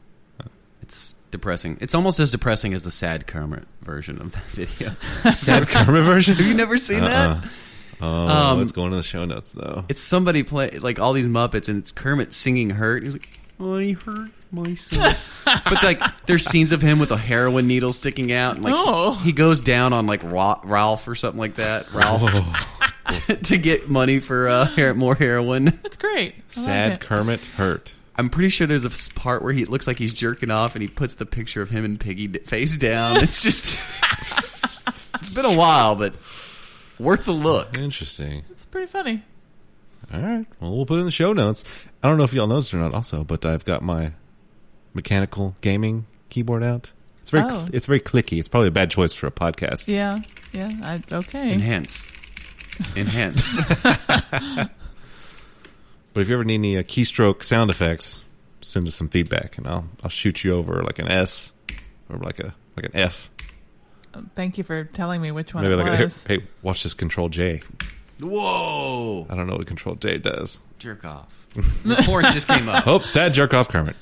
[SPEAKER 2] It's depressing. It's almost as depressing as the sad Kermit version of that video.
[SPEAKER 1] Sad Kermit version?
[SPEAKER 2] Have you never seen that?
[SPEAKER 1] Oh,
[SPEAKER 2] Um,
[SPEAKER 1] it's going to the show notes though.
[SPEAKER 2] It's somebody play like all these Muppets, and it's Kermit singing "Hurt." And he's like, "I hurt myself," but like there's scenes of him with a heroin needle sticking out, and like
[SPEAKER 3] Oh.
[SPEAKER 2] he, he goes down on like Ra- Ralph or something like that, Ralph, to get money for uh, her- more heroin.
[SPEAKER 3] That's great. I like
[SPEAKER 1] Sad
[SPEAKER 3] it.
[SPEAKER 1] Kermit hurt.
[SPEAKER 2] I'm pretty sure there's a s- part where he it looks like he's jerking off, and he puts the picture of him and Piggy d- face down. It's just it's been a while, but worth a look.
[SPEAKER 1] Interesting.
[SPEAKER 3] It's pretty funny.
[SPEAKER 1] All right. Well, we'll put it in the show notes. I don't know if y'all noticed or not, also, but I've got my mechanical gaming keyboard out. It's very,
[SPEAKER 3] Oh.
[SPEAKER 1] it's very clicky. It's probably a bad choice for a podcast.
[SPEAKER 3] Yeah. Yeah. I, okay.
[SPEAKER 2] Enhance, enhance.
[SPEAKER 1] But if you ever need any uh, keystroke sound effects, send us some feedback, and I'll I'll shoot you over like an S or like a like an F.
[SPEAKER 3] Thank you for telling me which one
[SPEAKER 1] Maybe
[SPEAKER 3] it
[SPEAKER 1] like a,
[SPEAKER 3] was.
[SPEAKER 1] hey, watch this Control J.
[SPEAKER 2] Whoa! Oh,
[SPEAKER 1] I don't know what Control J does.
[SPEAKER 2] jerk off. Your porn just came up.
[SPEAKER 1] Oh, sad jerk off Kermit.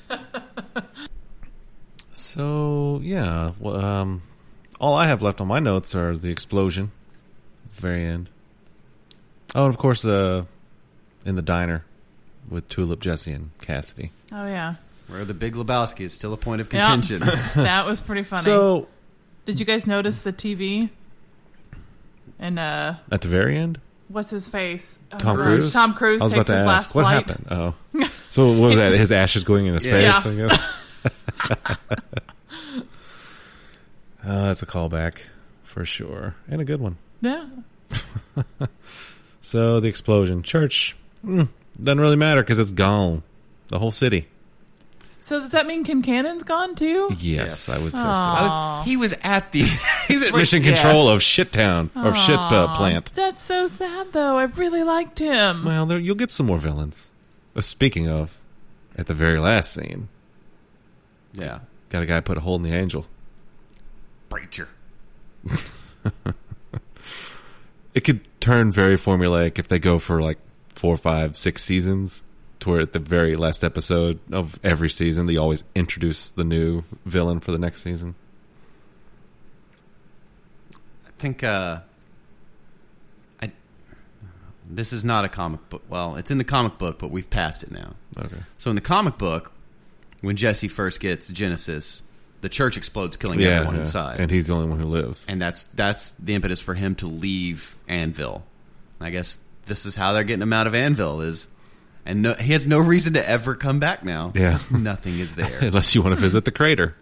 [SPEAKER 1] so yeah, well, um, all I have left on my notes are the explosion at the very end. Oh, and of course, uh, in the diner with Tulip, Jesse, and Cassidy.
[SPEAKER 3] Oh yeah,
[SPEAKER 2] Where the Big Lebowski is still a point of
[SPEAKER 3] Yeah.
[SPEAKER 2] contention.
[SPEAKER 3] that was pretty funny.
[SPEAKER 1] So
[SPEAKER 3] Did you guys notice the TV? And uh,
[SPEAKER 1] at the very end,
[SPEAKER 3] what's his face? Oh,
[SPEAKER 1] Tom
[SPEAKER 3] gosh.
[SPEAKER 1] Cruise.
[SPEAKER 3] Tom Cruise
[SPEAKER 1] I was
[SPEAKER 3] takes
[SPEAKER 1] about to
[SPEAKER 3] his
[SPEAKER 1] ask
[SPEAKER 3] last
[SPEAKER 1] what
[SPEAKER 3] flight.
[SPEAKER 1] happened. Oh, so what was that? His ashes going into space.
[SPEAKER 3] Yeah.
[SPEAKER 1] I guess. uh, that's a callback for sure, and a good one.
[SPEAKER 3] Yeah.
[SPEAKER 1] So the explosion, church mm, doesn't really matter because it's gone. The whole city.
[SPEAKER 3] So does that mean Kincannon's gone too?
[SPEAKER 1] Yes,
[SPEAKER 2] Yes.
[SPEAKER 1] I would say
[SPEAKER 3] Aw.
[SPEAKER 1] so.
[SPEAKER 2] I was- he was at the.
[SPEAKER 1] He's at
[SPEAKER 2] Wait,
[SPEAKER 1] mission
[SPEAKER 2] yeah.
[SPEAKER 1] control of shit town or shit uh,
[SPEAKER 3] Aw,
[SPEAKER 1] plant.
[SPEAKER 3] That's so sad, though. I really liked him.
[SPEAKER 1] Well, there, you'll get some more villains. Uh, Speaking of, at the very last scene,
[SPEAKER 2] Yeah.
[SPEAKER 1] got a guy put a hole in the angel.
[SPEAKER 2] Preacher.
[SPEAKER 1] it could turn very formulaic if they go for like four, five, six seasons to where at the very last episode of every season they always introduce the new villain for the next season.
[SPEAKER 2] I think. Uh, I. This is not a comic book. Well, it's in the comic book, but we've passed it now.
[SPEAKER 1] Okay.
[SPEAKER 2] So in the comic book, when Jesse first gets Genesis, the church explodes, killing everyone inside.
[SPEAKER 1] And he's the only one who lives.
[SPEAKER 2] and that's that's the impetus for him to leave Anvil. And I guess this is how they're getting him out of Anvil is, and no, he has no reason to ever come back now.
[SPEAKER 1] Yeah.
[SPEAKER 2] 'cause nothing is there.
[SPEAKER 1] Unless you want to visit the crater.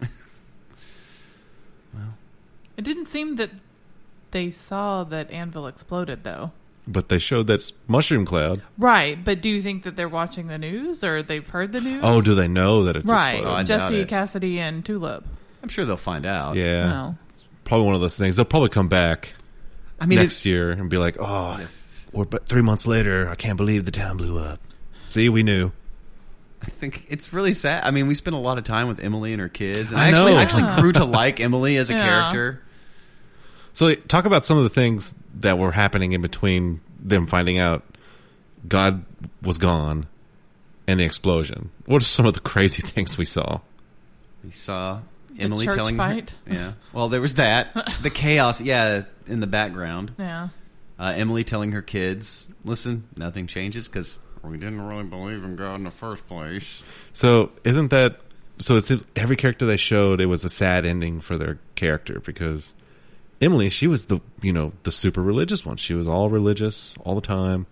[SPEAKER 3] it didn't seem that they saw that Anvil exploded, though.
[SPEAKER 1] But they showed that s- mushroom cloud.
[SPEAKER 3] Right, but do you think that they're watching the news or they've heard the news?
[SPEAKER 1] Oh, do they Oh, know that it's
[SPEAKER 3] Right,
[SPEAKER 1] exploded?
[SPEAKER 2] I doubt
[SPEAKER 3] Jesse,
[SPEAKER 2] it.
[SPEAKER 3] Cassidy, and Tulip.
[SPEAKER 2] I'm sure they'll find out.
[SPEAKER 1] Yeah.
[SPEAKER 3] No.
[SPEAKER 1] Probably one of those things. They'll probably come back
[SPEAKER 2] I mean,
[SPEAKER 1] next
[SPEAKER 2] it's,
[SPEAKER 1] year and be like, oh, we're but three months later. I can't believe the town blew up. See, we knew.
[SPEAKER 2] I think it's really sad. I mean, we spent a lot of time with Emily and her kids, and I,
[SPEAKER 1] I
[SPEAKER 2] actually
[SPEAKER 1] know.
[SPEAKER 2] actually grew to like Emily as a
[SPEAKER 3] Yeah.
[SPEAKER 2] character.
[SPEAKER 1] So talk about some of the things that were happening in between them finding out God was gone and the explosion. What are some of the crazy things we saw?
[SPEAKER 2] We saw Emily
[SPEAKER 3] church
[SPEAKER 2] telling
[SPEAKER 3] fight?
[SPEAKER 2] her, yeah. Well, there was that the chaos, yeah, in the background.
[SPEAKER 3] Yeah.
[SPEAKER 2] Uh, Emily telling her kids, "Listen, nothing changes because we didn't really believe in God in the first place."
[SPEAKER 1] So isn't that so it's every character they showed it was a sad ending for their character because Emily, she was the you know, the super religious one. She was all religious all the time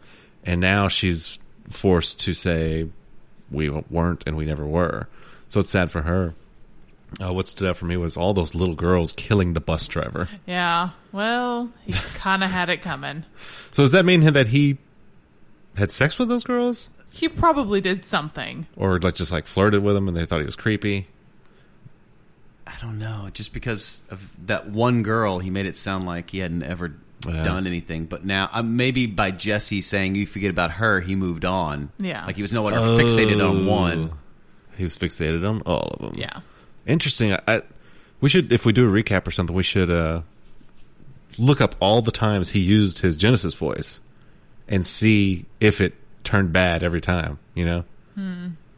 [SPEAKER 1] and now she's forced to say we weren't and we never were. So it's sad for her. Uh, what stood out for me was all those little girls killing the bus driver.
[SPEAKER 3] Yeah. Well, he kind of had it coming.
[SPEAKER 1] So does that mean that he had sex with those girls,
[SPEAKER 3] He probably did something.
[SPEAKER 1] or like just like flirted with them and they thought he was creepy?
[SPEAKER 2] I don't know. Just because of that one girl, he made it sound like he hadn't ever
[SPEAKER 1] Yeah.
[SPEAKER 2] done anything. But now, uh, maybe by Jesse saying you forget about her, he moved on.
[SPEAKER 3] Yeah.
[SPEAKER 2] like he was no longer fixated on one.
[SPEAKER 1] He was fixated on all of them.
[SPEAKER 3] Yeah.
[SPEAKER 1] interesting. I, I we should if we do a recap or something, we should uh, look up all the times he used his Genesis voice and see if it turned bad every time. You know,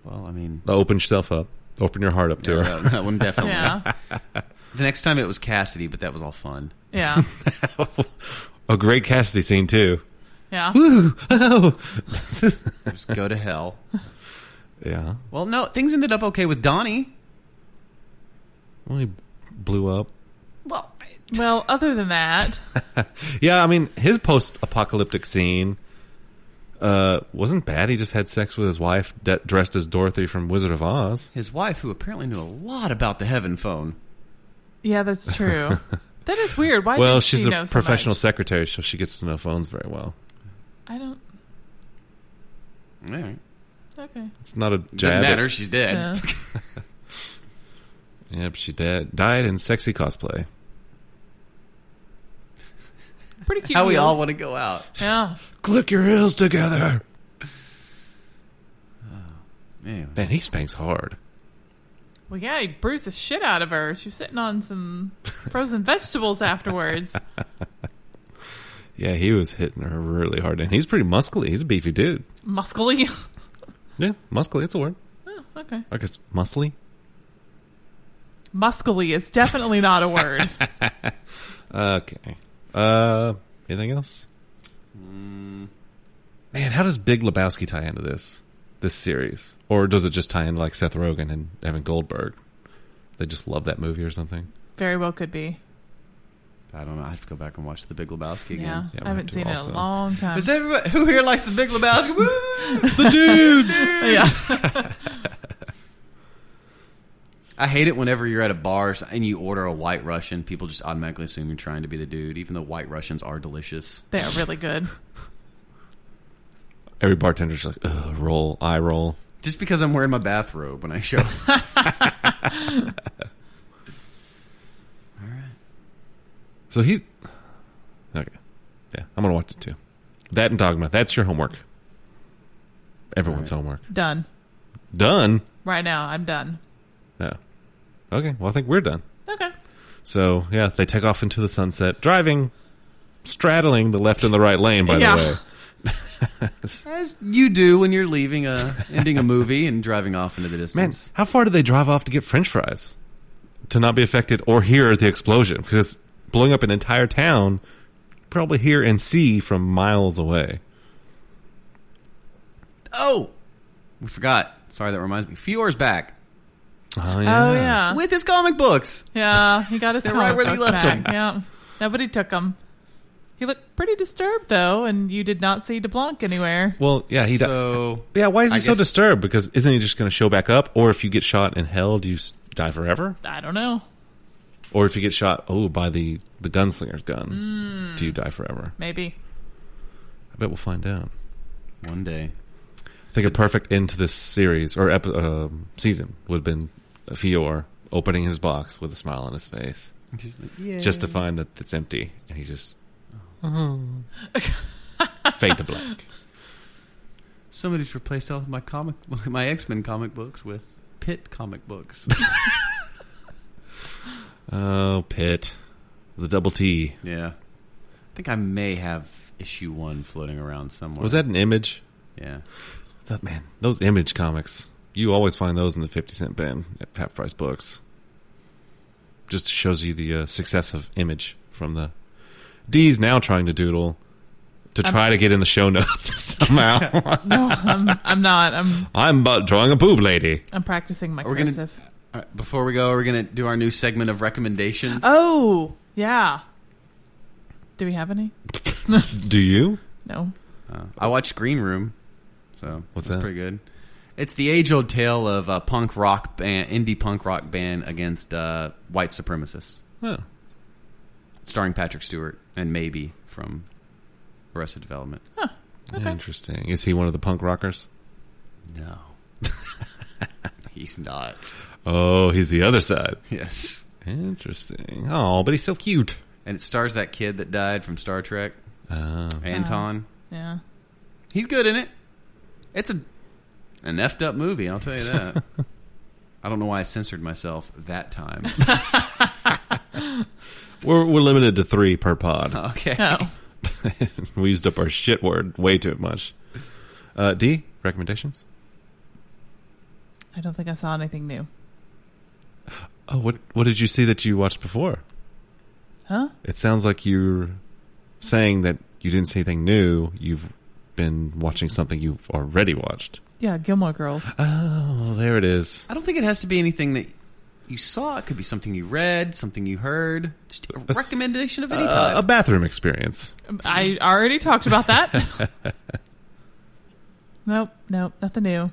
[SPEAKER 2] Well, I mean,
[SPEAKER 1] open yourself up, open your heart up to her.
[SPEAKER 2] that, that one definitely.
[SPEAKER 3] Yeah.
[SPEAKER 2] The next time it was Cassidy, but that was all fun.
[SPEAKER 3] Yeah.
[SPEAKER 1] a great Cassidy scene too.
[SPEAKER 3] Yeah.
[SPEAKER 2] Just go to hell.
[SPEAKER 1] Yeah.
[SPEAKER 2] Well, no, things ended up okay with Donnie.
[SPEAKER 1] Well, he blew up.
[SPEAKER 2] Well, I-
[SPEAKER 3] Well, other than that,
[SPEAKER 1] Yeah, I mean his post-apocalyptic scene uh, wasn't bad. He just had sex with his wife de- dressed as Dorothy from Wizard of Oz.
[SPEAKER 2] his wife, who apparently knew a lot about the heaven phone.
[SPEAKER 3] yeah, that's true. That is weird. Why?
[SPEAKER 1] well,
[SPEAKER 3] did
[SPEAKER 1] she's
[SPEAKER 3] she
[SPEAKER 1] a
[SPEAKER 3] know so
[SPEAKER 1] professional
[SPEAKER 3] much?
[SPEAKER 1] secretary, so she gets to know phones very well.
[SPEAKER 3] I don't.
[SPEAKER 2] All right.
[SPEAKER 3] Okay.
[SPEAKER 1] It's not a
[SPEAKER 2] Doesn't
[SPEAKER 1] jab.
[SPEAKER 2] matter. She's dead.
[SPEAKER 3] Yeah.
[SPEAKER 1] At, yep, she did. Died in sexy cosplay.
[SPEAKER 3] Pretty cute.
[SPEAKER 2] How we all
[SPEAKER 3] heels.
[SPEAKER 2] want to go out.
[SPEAKER 3] Yeah.
[SPEAKER 1] Click your heels together.
[SPEAKER 2] Anyway.
[SPEAKER 1] Man, he spanks hard.
[SPEAKER 3] Well, yeah, he bruised the shit out of her. She was sitting on some frozen vegetables afterwards.
[SPEAKER 1] Yeah, he was hitting her really hard, and he's pretty muscly. He's a beefy dude.
[SPEAKER 3] Muscly.
[SPEAKER 1] Yeah, muscly. It's a word.
[SPEAKER 3] oh, okay.
[SPEAKER 1] I guess muscly.
[SPEAKER 3] Muscly is definitely not a word.
[SPEAKER 1] Okay. Uh, anything else? Mm. Man, how does Big Lebowski tie into this this series, or does it just tie in like Seth Rogen and Evan Goldberg? They just love that movie or something.
[SPEAKER 3] Very well could be.
[SPEAKER 2] I don't know. I have to go back and watch The Big Lebowski again.
[SPEAKER 1] Yeah,
[SPEAKER 3] Yeah.
[SPEAKER 1] we
[SPEAKER 3] I
[SPEAKER 1] have
[SPEAKER 3] haven't
[SPEAKER 1] to
[SPEAKER 3] seen it
[SPEAKER 1] also-
[SPEAKER 3] in a long time.
[SPEAKER 2] Is everybody who here likes The Big Lebowski? Woo!
[SPEAKER 1] The dude.
[SPEAKER 3] yeah.
[SPEAKER 2] I hate it whenever you're at a bar and you order a White Russian. People just automatically assume you're trying to be the dude, even though White Russians are delicious.
[SPEAKER 3] They are really good.
[SPEAKER 1] Every bartender's like, Ugh, roll, eye roll.
[SPEAKER 2] Just because I'm wearing my bathrobe when I show up.
[SPEAKER 1] So he. Okay. Yeah, I'm gonna watch it too. That and Dogma. That's your homework. Everyone's homework.
[SPEAKER 3] Done.
[SPEAKER 1] Done.
[SPEAKER 3] Right now, I'm done.
[SPEAKER 1] No. Okay. Well, I think we're done.
[SPEAKER 3] Okay.
[SPEAKER 1] So yeah, they take off into the sunset, driving, straddling the left and the right lane. By
[SPEAKER 3] Yeah.
[SPEAKER 1] the way,
[SPEAKER 2] As you do when you're leaving a ending a movie and driving off into the
[SPEAKER 1] man,
[SPEAKER 2] distance.
[SPEAKER 1] how far did they drive off to get French fries to not be affected or hear the explosion? Because blowing up an entire town, you probably hear and see from miles away.
[SPEAKER 2] Oh, we forgot. Sorry, that reminds me. Fior's back
[SPEAKER 1] Oh
[SPEAKER 3] Oh yeah.
[SPEAKER 2] with his comic books.
[SPEAKER 3] Yeah. He got his
[SPEAKER 2] They're right
[SPEAKER 3] comic
[SPEAKER 2] where they
[SPEAKER 3] book
[SPEAKER 2] left
[SPEAKER 3] back.
[SPEAKER 2] him.
[SPEAKER 3] Yeah. Nobody took him. He looked pretty disturbed though, and you did not see DeBlanc anywhere.
[SPEAKER 1] Well, yeah, he. di-
[SPEAKER 2] so
[SPEAKER 1] yeah, why is he
[SPEAKER 2] I
[SPEAKER 1] so
[SPEAKER 2] guess-
[SPEAKER 1] disturbed? Because isn't he just going to show back up? Or if you get shot in hell, do you s- die forever?
[SPEAKER 3] I don't know.
[SPEAKER 1] Or if you get shot, oh, by the the gunslinger's gun, do you die forever?
[SPEAKER 3] Maybe.
[SPEAKER 1] I bet we'll find out.
[SPEAKER 2] one day.
[SPEAKER 1] I think a perfect end to this series or epi- um season would have been Fior opening his box with a smile on his face, just to find that it's empty, and he just fade to black.
[SPEAKER 2] Somebody's replaced all of my comic, my X Men comic books with Pitt comic books.
[SPEAKER 1] Oh, Pitt, the double T.
[SPEAKER 2] yeah, I think I may have issue one floating around somewhere.
[SPEAKER 1] Was that an image?
[SPEAKER 2] Yeah,
[SPEAKER 1] That man, those image comics. You always find those in the fifty cent bin at half price books. Just shows you the uh, success of image from the. D's now trying to doodle to try to get in the show notes somehow.
[SPEAKER 3] No, I'm. I'm not. I'm.
[SPEAKER 1] I'm but drawing a boob lady.
[SPEAKER 3] I'm practicing my
[SPEAKER 2] Are we gonna-
[SPEAKER 3] cursive.
[SPEAKER 2] All right, before we go, we're gonna do our new segment of recommendations.
[SPEAKER 1] Uh,
[SPEAKER 3] Oh yeah. Do we have any?
[SPEAKER 1] Do you?
[SPEAKER 3] No.
[SPEAKER 2] Uh, I watched Green Room, so
[SPEAKER 1] What's
[SPEAKER 2] that's
[SPEAKER 1] that?
[SPEAKER 2] pretty good. It's the age-old tale of a punk rock band, indie punk rock band against uh, white supremacists,
[SPEAKER 1] Oh.
[SPEAKER 2] starring Patrick Stewart and maybe from Arrested Development.
[SPEAKER 1] Interesting. Is he one of the punk rockers?
[SPEAKER 2] No, he's not.
[SPEAKER 1] Oh, he's the other side.
[SPEAKER 2] Yes,
[SPEAKER 1] Interesting. Oh, but he's so cute.
[SPEAKER 2] and it stars that kid that died from Star Trek,
[SPEAKER 1] Oh.
[SPEAKER 3] Uh-huh.
[SPEAKER 2] Anton.
[SPEAKER 3] Yeah.
[SPEAKER 2] He's good in it. It's a an effed up movie, I'll tell you that. I don't know why I censored myself that time.
[SPEAKER 1] We're, we're limited to three per pod.
[SPEAKER 2] Okay.
[SPEAKER 3] No.
[SPEAKER 1] we used up our shit word way too much. Uh, D, recommendations?
[SPEAKER 3] I don't think I saw anything new.
[SPEAKER 1] Oh, what what did you see that you watched before?
[SPEAKER 3] Huh?
[SPEAKER 1] It sounds like you're saying that you didn't see anything new. You've been watching something you've already watched.
[SPEAKER 3] Yeah, Gilmore Girls.
[SPEAKER 1] Oh, there it is.
[SPEAKER 2] I don't think it has to be anything that you saw. It could be something you read, something you heard, just a
[SPEAKER 1] s-
[SPEAKER 2] recommendation of any
[SPEAKER 1] Uh, a
[SPEAKER 2] type.
[SPEAKER 1] bathroom experience.
[SPEAKER 3] I already talked about that. nope, nope, nothing new.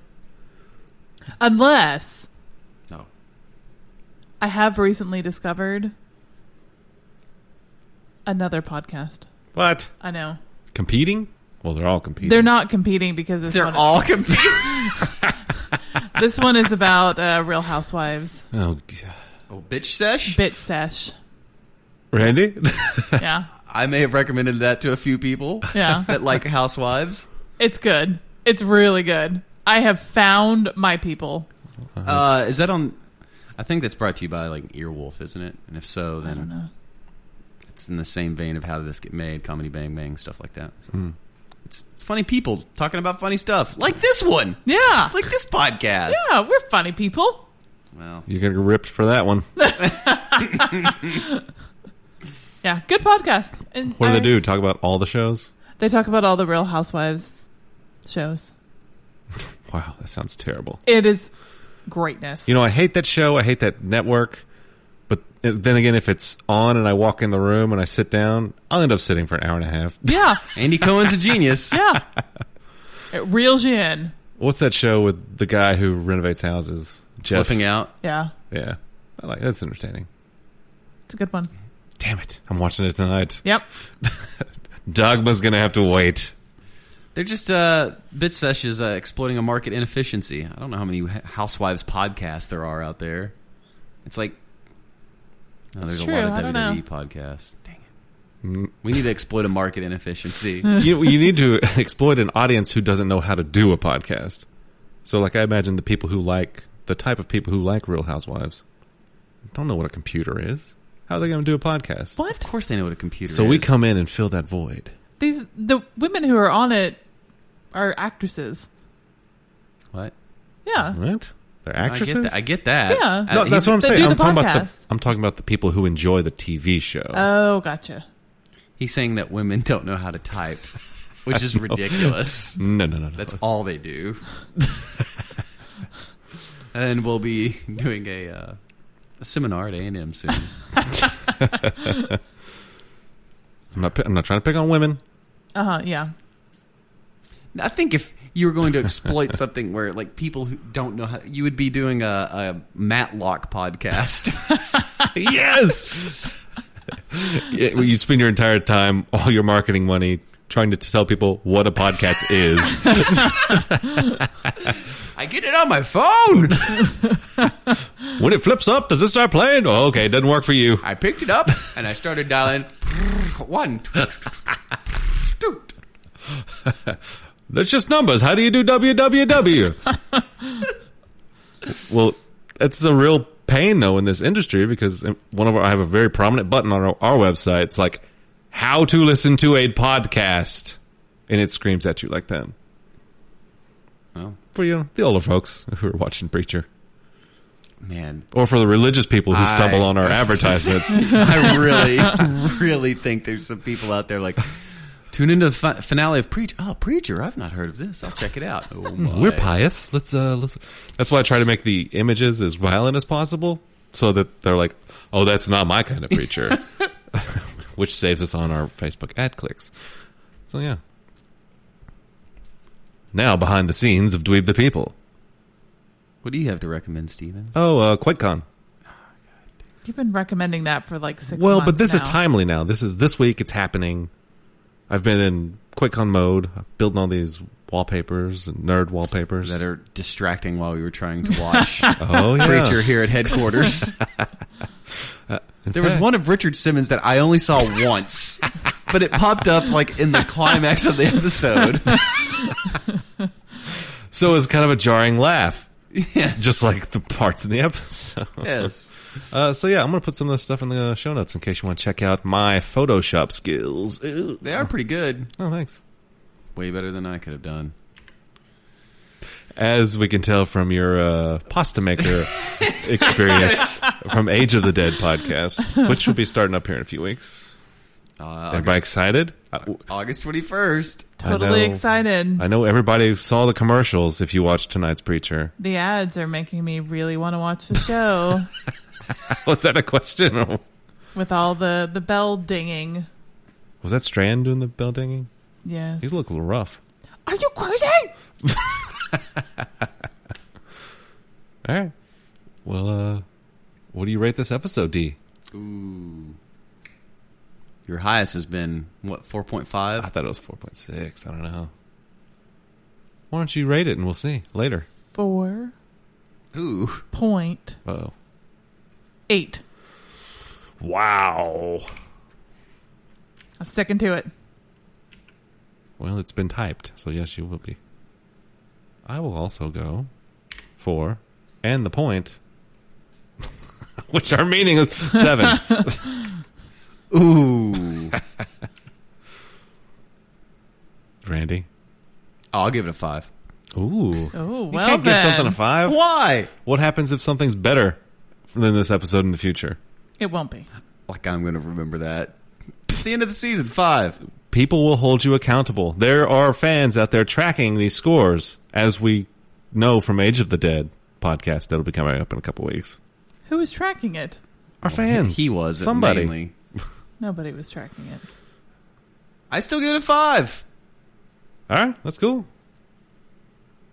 [SPEAKER 3] Unless
[SPEAKER 2] no.
[SPEAKER 3] I have recently discovered another podcast.
[SPEAKER 1] What?
[SPEAKER 3] I know.
[SPEAKER 1] Competing? Well, they're all competing.
[SPEAKER 3] They're not competing because this,
[SPEAKER 2] They're
[SPEAKER 3] one,
[SPEAKER 2] all confused.
[SPEAKER 3] this one is about uh, Real Housewives.
[SPEAKER 1] Oh, God.
[SPEAKER 2] oh, bitch sesh.
[SPEAKER 3] Bitch sesh.
[SPEAKER 1] Randy?
[SPEAKER 3] Yeah,
[SPEAKER 2] I may have recommended that to a few people
[SPEAKER 3] yeah.
[SPEAKER 2] that like housewives.
[SPEAKER 3] It's good. It's really good. I have found my people.
[SPEAKER 2] Uh, is that on? I think that's brought to you by like Earwolf, isn't it? And if so,
[SPEAKER 3] I don't
[SPEAKER 2] then
[SPEAKER 3] know.
[SPEAKER 2] I, it's in the same vein of how this get made, comedy bang bang stuff like that. So
[SPEAKER 3] Hmm.
[SPEAKER 2] it's, it's funny people talking about funny stuff like this one,
[SPEAKER 3] Yeah.
[SPEAKER 2] like this podcast.
[SPEAKER 3] Yeah, we're funny people.
[SPEAKER 2] Well,
[SPEAKER 1] You're gonna get ripped for that one.
[SPEAKER 3] Yeah, good podcast. And
[SPEAKER 1] What do
[SPEAKER 3] I-
[SPEAKER 1] they do? Talk about all the shows?
[SPEAKER 3] They talk about all the Real Housewives shows.
[SPEAKER 1] Wow, that sounds terrible.
[SPEAKER 3] It is greatness.
[SPEAKER 1] You know, I hate that show. I hate that network. But eh, then again, if it's on and I walk in the room and I sit down, I'll end up sitting for an hour and a half.
[SPEAKER 3] yeah,
[SPEAKER 2] Andy Cohen's a genius.
[SPEAKER 3] yeah. It reels you in.
[SPEAKER 1] What's that show with the guy who renovates houses? Jeff.
[SPEAKER 2] Flipping out.
[SPEAKER 3] Yeah,
[SPEAKER 1] Yeah, I like that's entertaining.
[SPEAKER 3] it's a good one.
[SPEAKER 1] Damn it, I'm watching it tonight.
[SPEAKER 3] Yep.
[SPEAKER 1] Dogma's gonna have to wait.
[SPEAKER 2] They're just uh, bitch sesh is uh, exploiting a market inefficiency. I don't know how many h- housewives podcasts there are out there. It's like oh,
[SPEAKER 3] That's
[SPEAKER 2] there's
[SPEAKER 3] true.
[SPEAKER 2] a lot of
[SPEAKER 3] I don't
[SPEAKER 2] WWE
[SPEAKER 3] know.
[SPEAKER 2] podcasts. Dang it. We need to exploit a market inefficiency.
[SPEAKER 1] you, you need to exploit an audience who doesn't know how to do a podcast. So, like, I imagine the people who like the type of people who like Real Housewives don't know what a computer is. How are they going to do a podcast?
[SPEAKER 2] Of
[SPEAKER 3] What?
[SPEAKER 2] course, they know what a computer
[SPEAKER 1] So
[SPEAKER 2] is.
[SPEAKER 1] we come in and fill that void.
[SPEAKER 3] These the women who are on it are actresses.
[SPEAKER 2] What?
[SPEAKER 3] Yeah.
[SPEAKER 1] What? They're
[SPEAKER 2] I get
[SPEAKER 1] actresses.
[SPEAKER 2] that. I get that. Uh,
[SPEAKER 3] Yeah.
[SPEAKER 2] I-
[SPEAKER 1] no, that's what I'm
[SPEAKER 3] They
[SPEAKER 1] saying.
[SPEAKER 3] do the
[SPEAKER 1] I'm talking about the.
[SPEAKER 3] podcast.
[SPEAKER 1] I'm talking about the people who enjoy the TV show.
[SPEAKER 3] Oh, gotcha.
[SPEAKER 2] He's saying that women don't know how to type, which is ridiculous.
[SPEAKER 1] no, no, no, no.
[SPEAKER 2] That's all they do. and we'll be doing a, uh, a seminar at A&M soon.
[SPEAKER 1] I'm not. pi- I'm not trying to pick on women.
[SPEAKER 3] Uh huh. Yeah.
[SPEAKER 2] I think if you were going to exploit something where like people who don't know how, you would be doing a, a Matlock podcast.
[SPEAKER 1] yes. Yeah, well, you spend your entire time, all your marketing money, trying to tell people what a podcast is.
[SPEAKER 2] I get it on my phone.
[SPEAKER 1] When it flips up, does it start playing? Oh, okay, it doesn't work for you.
[SPEAKER 2] I picked it up and I started dialing one.
[SPEAKER 1] That's just numbers. How do you do www? well, that's a real pain though in this industry because one of our I have a very prominent button on our, our website. It's like how to listen to a podcast, and it screams at you like that
[SPEAKER 2] Oh
[SPEAKER 1] for you know, the older folks who are watching Preacher.
[SPEAKER 2] man,
[SPEAKER 1] or for the religious people who stumble
[SPEAKER 2] I-
[SPEAKER 1] on our advertisements.
[SPEAKER 2] I really, really think there's some people out there like tune into the fi- finale of Preach. Oh, Preacher, I've not heard of this. I'll check it out. Oh my.
[SPEAKER 1] We're pious. Let's uh let's That's why I try to make the images as violent as possible so that they're like, "Oh, that's not my kind of preacher." Which saves us on our Facebook ad clicks. So yeah. Now behind the scenes of Dweeb the People.
[SPEAKER 2] What do you have to recommend, Steven?
[SPEAKER 1] Oh, uh QuakeCon.
[SPEAKER 3] You've been recommending that for like six.
[SPEAKER 1] Well, but
[SPEAKER 3] months
[SPEAKER 1] this is
[SPEAKER 3] now.
[SPEAKER 1] timely now. This is this week. It's happening. I've been in QuakeCon mode, building all these wallpapers and nerd wallpapers.
[SPEAKER 2] That are distracting while we were trying to watch
[SPEAKER 1] oh yeah,
[SPEAKER 2] Preacher here at headquarters.
[SPEAKER 1] In
[SPEAKER 2] There was
[SPEAKER 1] fact-
[SPEAKER 2] one of Richard Simmons that I only saw once, but it popped up like in the climax of the episode.
[SPEAKER 1] So it was kind of a jarring laugh,
[SPEAKER 2] yes.
[SPEAKER 1] just like the parts in the episode.
[SPEAKER 2] yes.
[SPEAKER 1] Uh, so yeah, I'm gonna put some of this stuff in the show notes in case you want to check out my Photoshop skills. Ew.
[SPEAKER 2] They are pretty good.
[SPEAKER 1] Oh, thanks.
[SPEAKER 2] Way better than I could have done.
[SPEAKER 1] As we can tell from your uh, pasta maker experience from Age of the Dead podcast, which will be starting up here in a few weeks.
[SPEAKER 2] Uh,
[SPEAKER 1] Am I
[SPEAKER 2] August,
[SPEAKER 1] excited? I,
[SPEAKER 2] August 21st.
[SPEAKER 3] Totally
[SPEAKER 1] I know-
[SPEAKER 3] excited.
[SPEAKER 1] I know everybody saw the commercials. If you watched tonight's preacher,
[SPEAKER 3] the ads are making me really want to watch the show
[SPEAKER 1] was that a question? Or
[SPEAKER 3] with all the the bell dinging.
[SPEAKER 1] was that Strand doing the bell dinging?
[SPEAKER 3] Yes.
[SPEAKER 1] He's looked a little rough.
[SPEAKER 3] Are you crazy?
[SPEAKER 1] All right. Well, uh, what do you rate this episode, D?
[SPEAKER 2] Ooh. Your highest has been, what, 4.5?
[SPEAKER 1] I thought it was 4.6. I don't know. Why don't you rate it and we'll see later.
[SPEAKER 3] Four
[SPEAKER 2] Ooh.
[SPEAKER 3] point
[SPEAKER 1] Oh.
[SPEAKER 3] eight.
[SPEAKER 1] Wow.
[SPEAKER 3] I'm sticking to it.
[SPEAKER 1] Well, it's been typed, so yes, you will be. I will also go for and the point, which our meaning is seven.
[SPEAKER 2] Ooh. Oh,
[SPEAKER 1] Randy.
[SPEAKER 2] Oh, I'll give it a five.
[SPEAKER 1] Ooh.
[SPEAKER 3] Oh,
[SPEAKER 1] you
[SPEAKER 3] well
[SPEAKER 1] can't
[SPEAKER 3] then.
[SPEAKER 1] give something a five.
[SPEAKER 2] Why?
[SPEAKER 1] What happens if something's better than this episode in the future?
[SPEAKER 3] It won't be.
[SPEAKER 2] Like I'm going to remember that. It's the end of the season. Five.
[SPEAKER 1] People will hold you accountable. There are fans out there tracking these scores, as we know from Age of the Dead podcast that'll be coming up in a couple weeks.
[SPEAKER 3] Who was tracking it?
[SPEAKER 1] Our fans.
[SPEAKER 2] He was uh,
[SPEAKER 1] somebody.
[SPEAKER 2] mainly.
[SPEAKER 3] Nobody was tracking it.
[SPEAKER 2] I still give it a five.
[SPEAKER 1] All right, that's cool.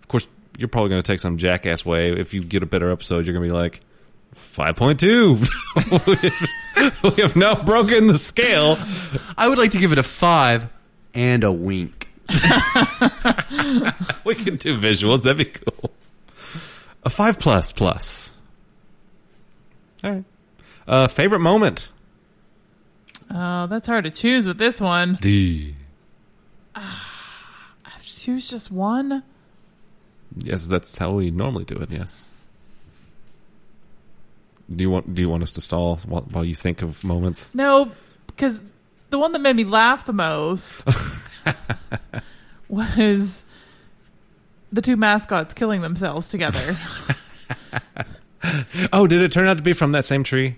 [SPEAKER 1] Of course, you're probably going to take some jackass way. If you get a better episode, you're going to be like, 5.2. we have now broken the scale.
[SPEAKER 2] I would like to give it a five and a wink.
[SPEAKER 1] We can do visuals. That'd be cool. A 5 plus plus. All right. Uh, favorite moment?
[SPEAKER 3] Oh, that's hard to choose with this one.
[SPEAKER 1] D.
[SPEAKER 3] I have to choose just one.
[SPEAKER 1] Yes, that's how we normally do it. Yes. Do you want Do you want us to stall while, while you think of moments?
[SPEAKER 3] No, because the one that made me laugh the most was the two mascots killing themselves together.
[SPEAKER 1] Oh, did it turn out to be from that same tree?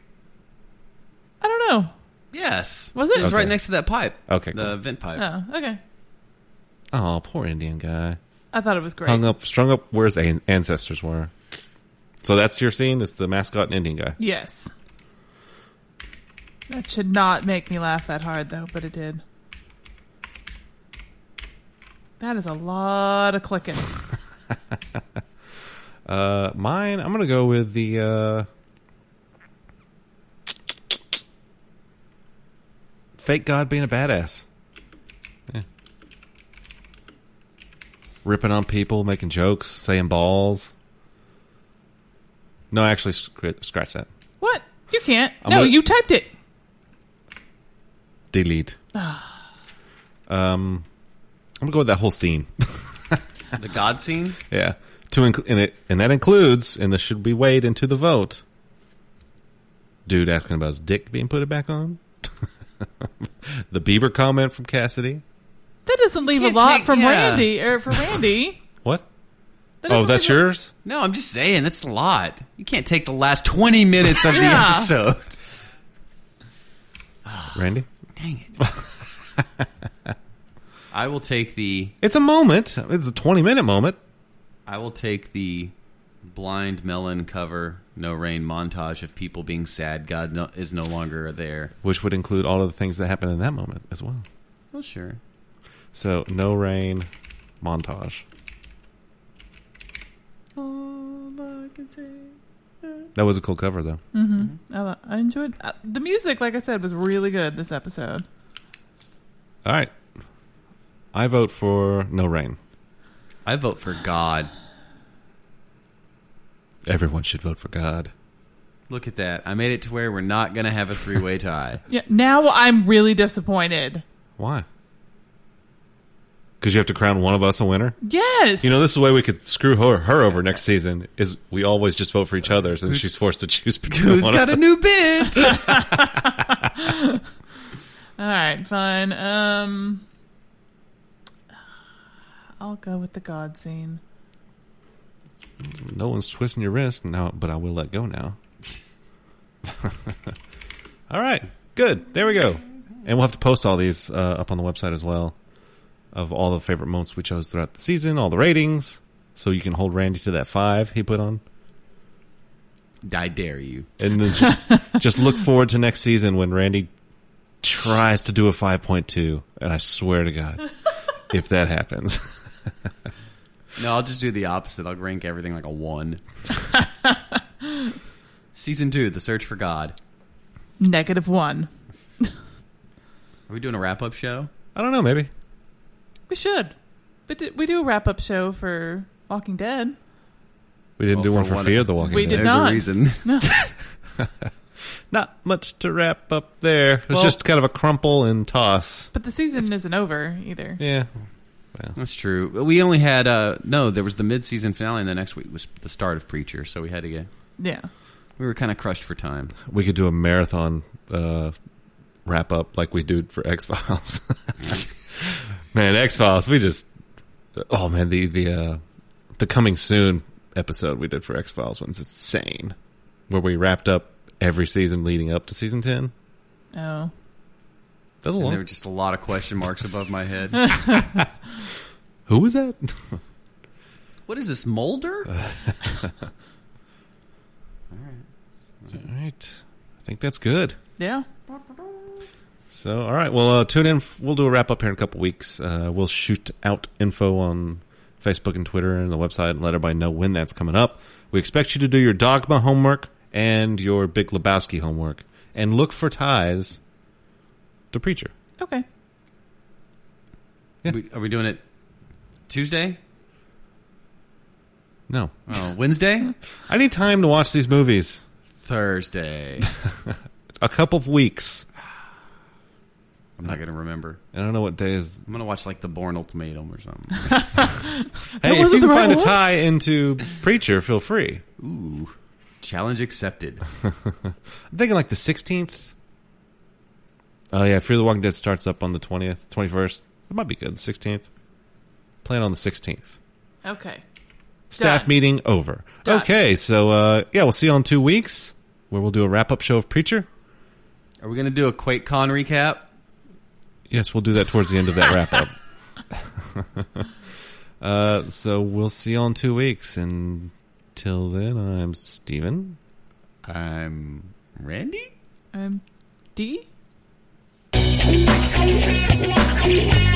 [SPEAKER 3] I don't know.
[SPEAKER 2] Yes.
[SPEAKER 3] Was it?
[SPEAKER 2] It was
[SPEAKER 1] Okay.
[SPEAKER 2] right next to that pipe.
[SPEAKER 1] Okay,
[SPEAKER 2] The
[SPEAKER 1] cool.
[SPEAKER 2] vent pipe.
[SPEAKER 3] Oh, okay.
[SPEAKER 1] Oh, poor Indian guy.
[SPEAKER 3] I thought it was great.
[SPEAKER 1] Hung up, strung up where his an- ancestors were. So that's your scene. It's the mascot and Indian guy.
[SPEAKER 3] Yes. That should not make me laugh that hard, though, but it did. That is a lot of clicking.
[SPEAKER 1] Uh, mine. I'm gonna go with the. Uh, Fake God being a badass. Yeah. Ripping on people, making jokes, saying balls. No, actually, scr- scratch that.
[SPEAKER 3] What? You can't.
[SPEAKER 1] I'm
[SPEAKER 3] no,
[SPEAKER 1] gonna-
[SPEAKER 3] you typed it.
[SPEAKER 1] Delete. um, I'm gonna go with that whole scene.
[SPEAKER 2] The God scene.
[SPEAKER 1] Yeah. To inc- and it and that includes and this should be weighed into the vote. Dude asking about his dick being put back on. the Bieber comment from Cassidy.
[SPEAKER 3] That doesn't leave a
[SPEAKER 2] Can't
[SPEAKER 3] lot
[SPEAKER 2] take-
[SPEAKER 3] from
[SPEAKER 2] yeah.
[SPEAKER 3] Randy or for Randy.
[SPEAKER 1] What?
[SPEAKER 3] That
[SPEAKER 1] Oh,
[SPEAKER 3] doesn't
[SPEAKER 1] that's
[SPEAKER 3] leave a-
[SPEAKER 1] yours.
[SPEAKER 2] No, I'm just saying it's a lot. You can't take the last 20 minutes of the
[SPEAKER 3] Yeah.
[SPEAKER 2] episode.
[SPEAKER 1] Randy.
[SPEAKER 2] Dang it. I will take the
[SPEAKER 1] It's a moment. It's a twenty-minute moment.
[SPEAKER 2] I will take the blind melon cover no rain montage of people being sad God no, is no longer there.
[SPEAKER 1] Which would include all of the things that happened in that moment as well.
[SPEAKER 2] Well, sure.
[SPEAKER 1] So no rain montage. That was a cool cover though.
[SPEAKER 3] I, lo- I enjoyed uh, the music. Like I said, was really good this episode.
[SPEAKER 1] All right. I vote for no rain.
[SPEAKER 2] I vote for God.
[SPEAKER 1] Everyone should vote for God.
[SPEAKER 2] Look at that. I made it to where we're not going to have a three-way tie.
[SPEAKER 3] Yeah. Now I'm really disappointed.
[SPEAKER 1] Why? Because you have to crown one of us a winner.
[SPEAKER 3] Yes.
[SPEAKER 1] You know, this is the way we could screw her, her over next season. Is we always just vote for each other's, and she's forced to choose between
[SPEAKER 2] Who's
[SPEAKER 1] one
[SPEAKER 2] got a
[SPEAKER 1] of us.
[SPEAKER 2] new bid?
[SPEAKER 3] All right. Fine. Um. I'll go with the God scene.
[SPEAKER 1] No one's twisting your wrist now, but I will let go now. all right, good. There we go. And we'll have to post all these uh, up on the website as well, of all the favorite moments we chose throughout the season, all the ratings, so you can hold Randy to that five he put on.
[SPEAKER 2] I dare you.
[SPEAKER 1] and then just just look forward to next season when Randy tries to do a 5.2 and I swear to god if that happens
[SPEAKER 2] No, I'll just do the opposite. I'll rank everything like a one. Season two, The Search for God.
[SPEAKER 3] Negative one.
[SPEAKER 2] Are we doing a wrap up show?
[SPEAKER 1] I don't know maybe
[SPEAKER 3] We should. But di- we do a wrap up show for Walking Dead.
[SPEAKER 1] we didn't
[SPEAKER 2] Well,
[SPEAKER 1] do one
[SPEAKER 2] for
[SPEAKER 1] for
[SPEAKER 2] one
[SPEAKER 1] Fear
[SPEAKER 2] of-
[SPEAKER 1] of the Walking
[SPEAKER 3] We
[SPEAKER 1] Dead
[SPEAKER 3] did
[SPEAKER 2] There's
[SPEAKER 3] not.
[SPEAKER 2] a reason.
[SPEAKER 1] not much to wrap up there it was
[SPEAKER 2] Well-
[SPEAKER 1] just kind of a crumple and toss
[SPEAKER 3] But the season isn't over either.
[SPEAKER 1] yeah
[SPEAKER 2] That's true. But We only had uh no. There was the mid season finale, and the next week was the start of Preacher. So we had to get.
[SPEAKER 3] Yeah.
[SPEAKER 2] We were kind of crushed for time.
[SPEAKER 1] we could do a marathon uh wrap up like we do for X Files. man, X Files, we just oh man the the uh, the coming soon episode we did for X Files was insane, where we wrapped up every season leading up to season ten.
[SPEAKER 3] Oh,
[SPEAKER 1] That's a
[SPEAKER 2] And there were
[SPEAKER 1] lot.
[SPEAKER 2] just a lot of question marks above my head.
[SPEAKER 1] Who was that?
[SPEAKER 2] what is this, Molder?
[SPEAKER 1] all right, I think that's good.
[SPEAKER 3] yeah.
[SPEAKER 1] So, all right. Well, uh, tune in. We'll do a wrap up here in a couple weeks. Uh, we'll shoot out info on Facebook and Twitter and the website and let everybody know when that's coming up. We expect you to do your dogma homework and your Big Lebowski homework, and look for ties to preacher.
[SPEAKER 3] Okay.
[SPEAKER 2] We- Are we doing it Tuesday?
[SPEAKER 1] No,
[SPEAKER 2] Oh, Wednesday?
[SPEAKER 1] I need time to watch these movies.
[SPEAKER 2] Thursday.
[SPEAKER 1] A couple of weeks.
[SPEAKER 2] I'm not going to remember.
[SPEAKER 1] I don't know what day is.
[SPEAKER 2] I'm going to watch like the Born Ultimatum or something.
[SPEAKER 1] Hey, if you can
[SPEAKER 3] wasn't the right
[SPEAKER 1] find a
[SPEAKER 3] one.
[SPEAKER 1] tie into preacher, feel free.
[SPEAKER 2] Ooh. Challenge accepted.
[SPEAKER 1] I'm thinking like the 16th. Oh yeah, Fear the Walking Dead starts up on the 20th, 21st. It might be good. 16th. Plan on the 16th.
[SPEAKER 3] Okay.
[SPEAKER 1] Staff
[SPEAKER 3] Done.
[SPEAKER 1] meeting over.
[SPEAKER 3] Done.
[SPEAKER 1] Okay, so uh, yeah, we'll see you all in two weeks where we'll do a wrap up show of Preacher.
[SPEAKER 2] Are we going to do a QuakeCon recap?
[SPEAKER 1] Yes, we'll do that towards the end of that wrap up. uh, so we'll see you all in two weeks. Until then, I'm Steven.
[SPEAKER 2] I'm Randy?
[SPEAKER 3] Um, D.
[SPEAKER 4] Thank you.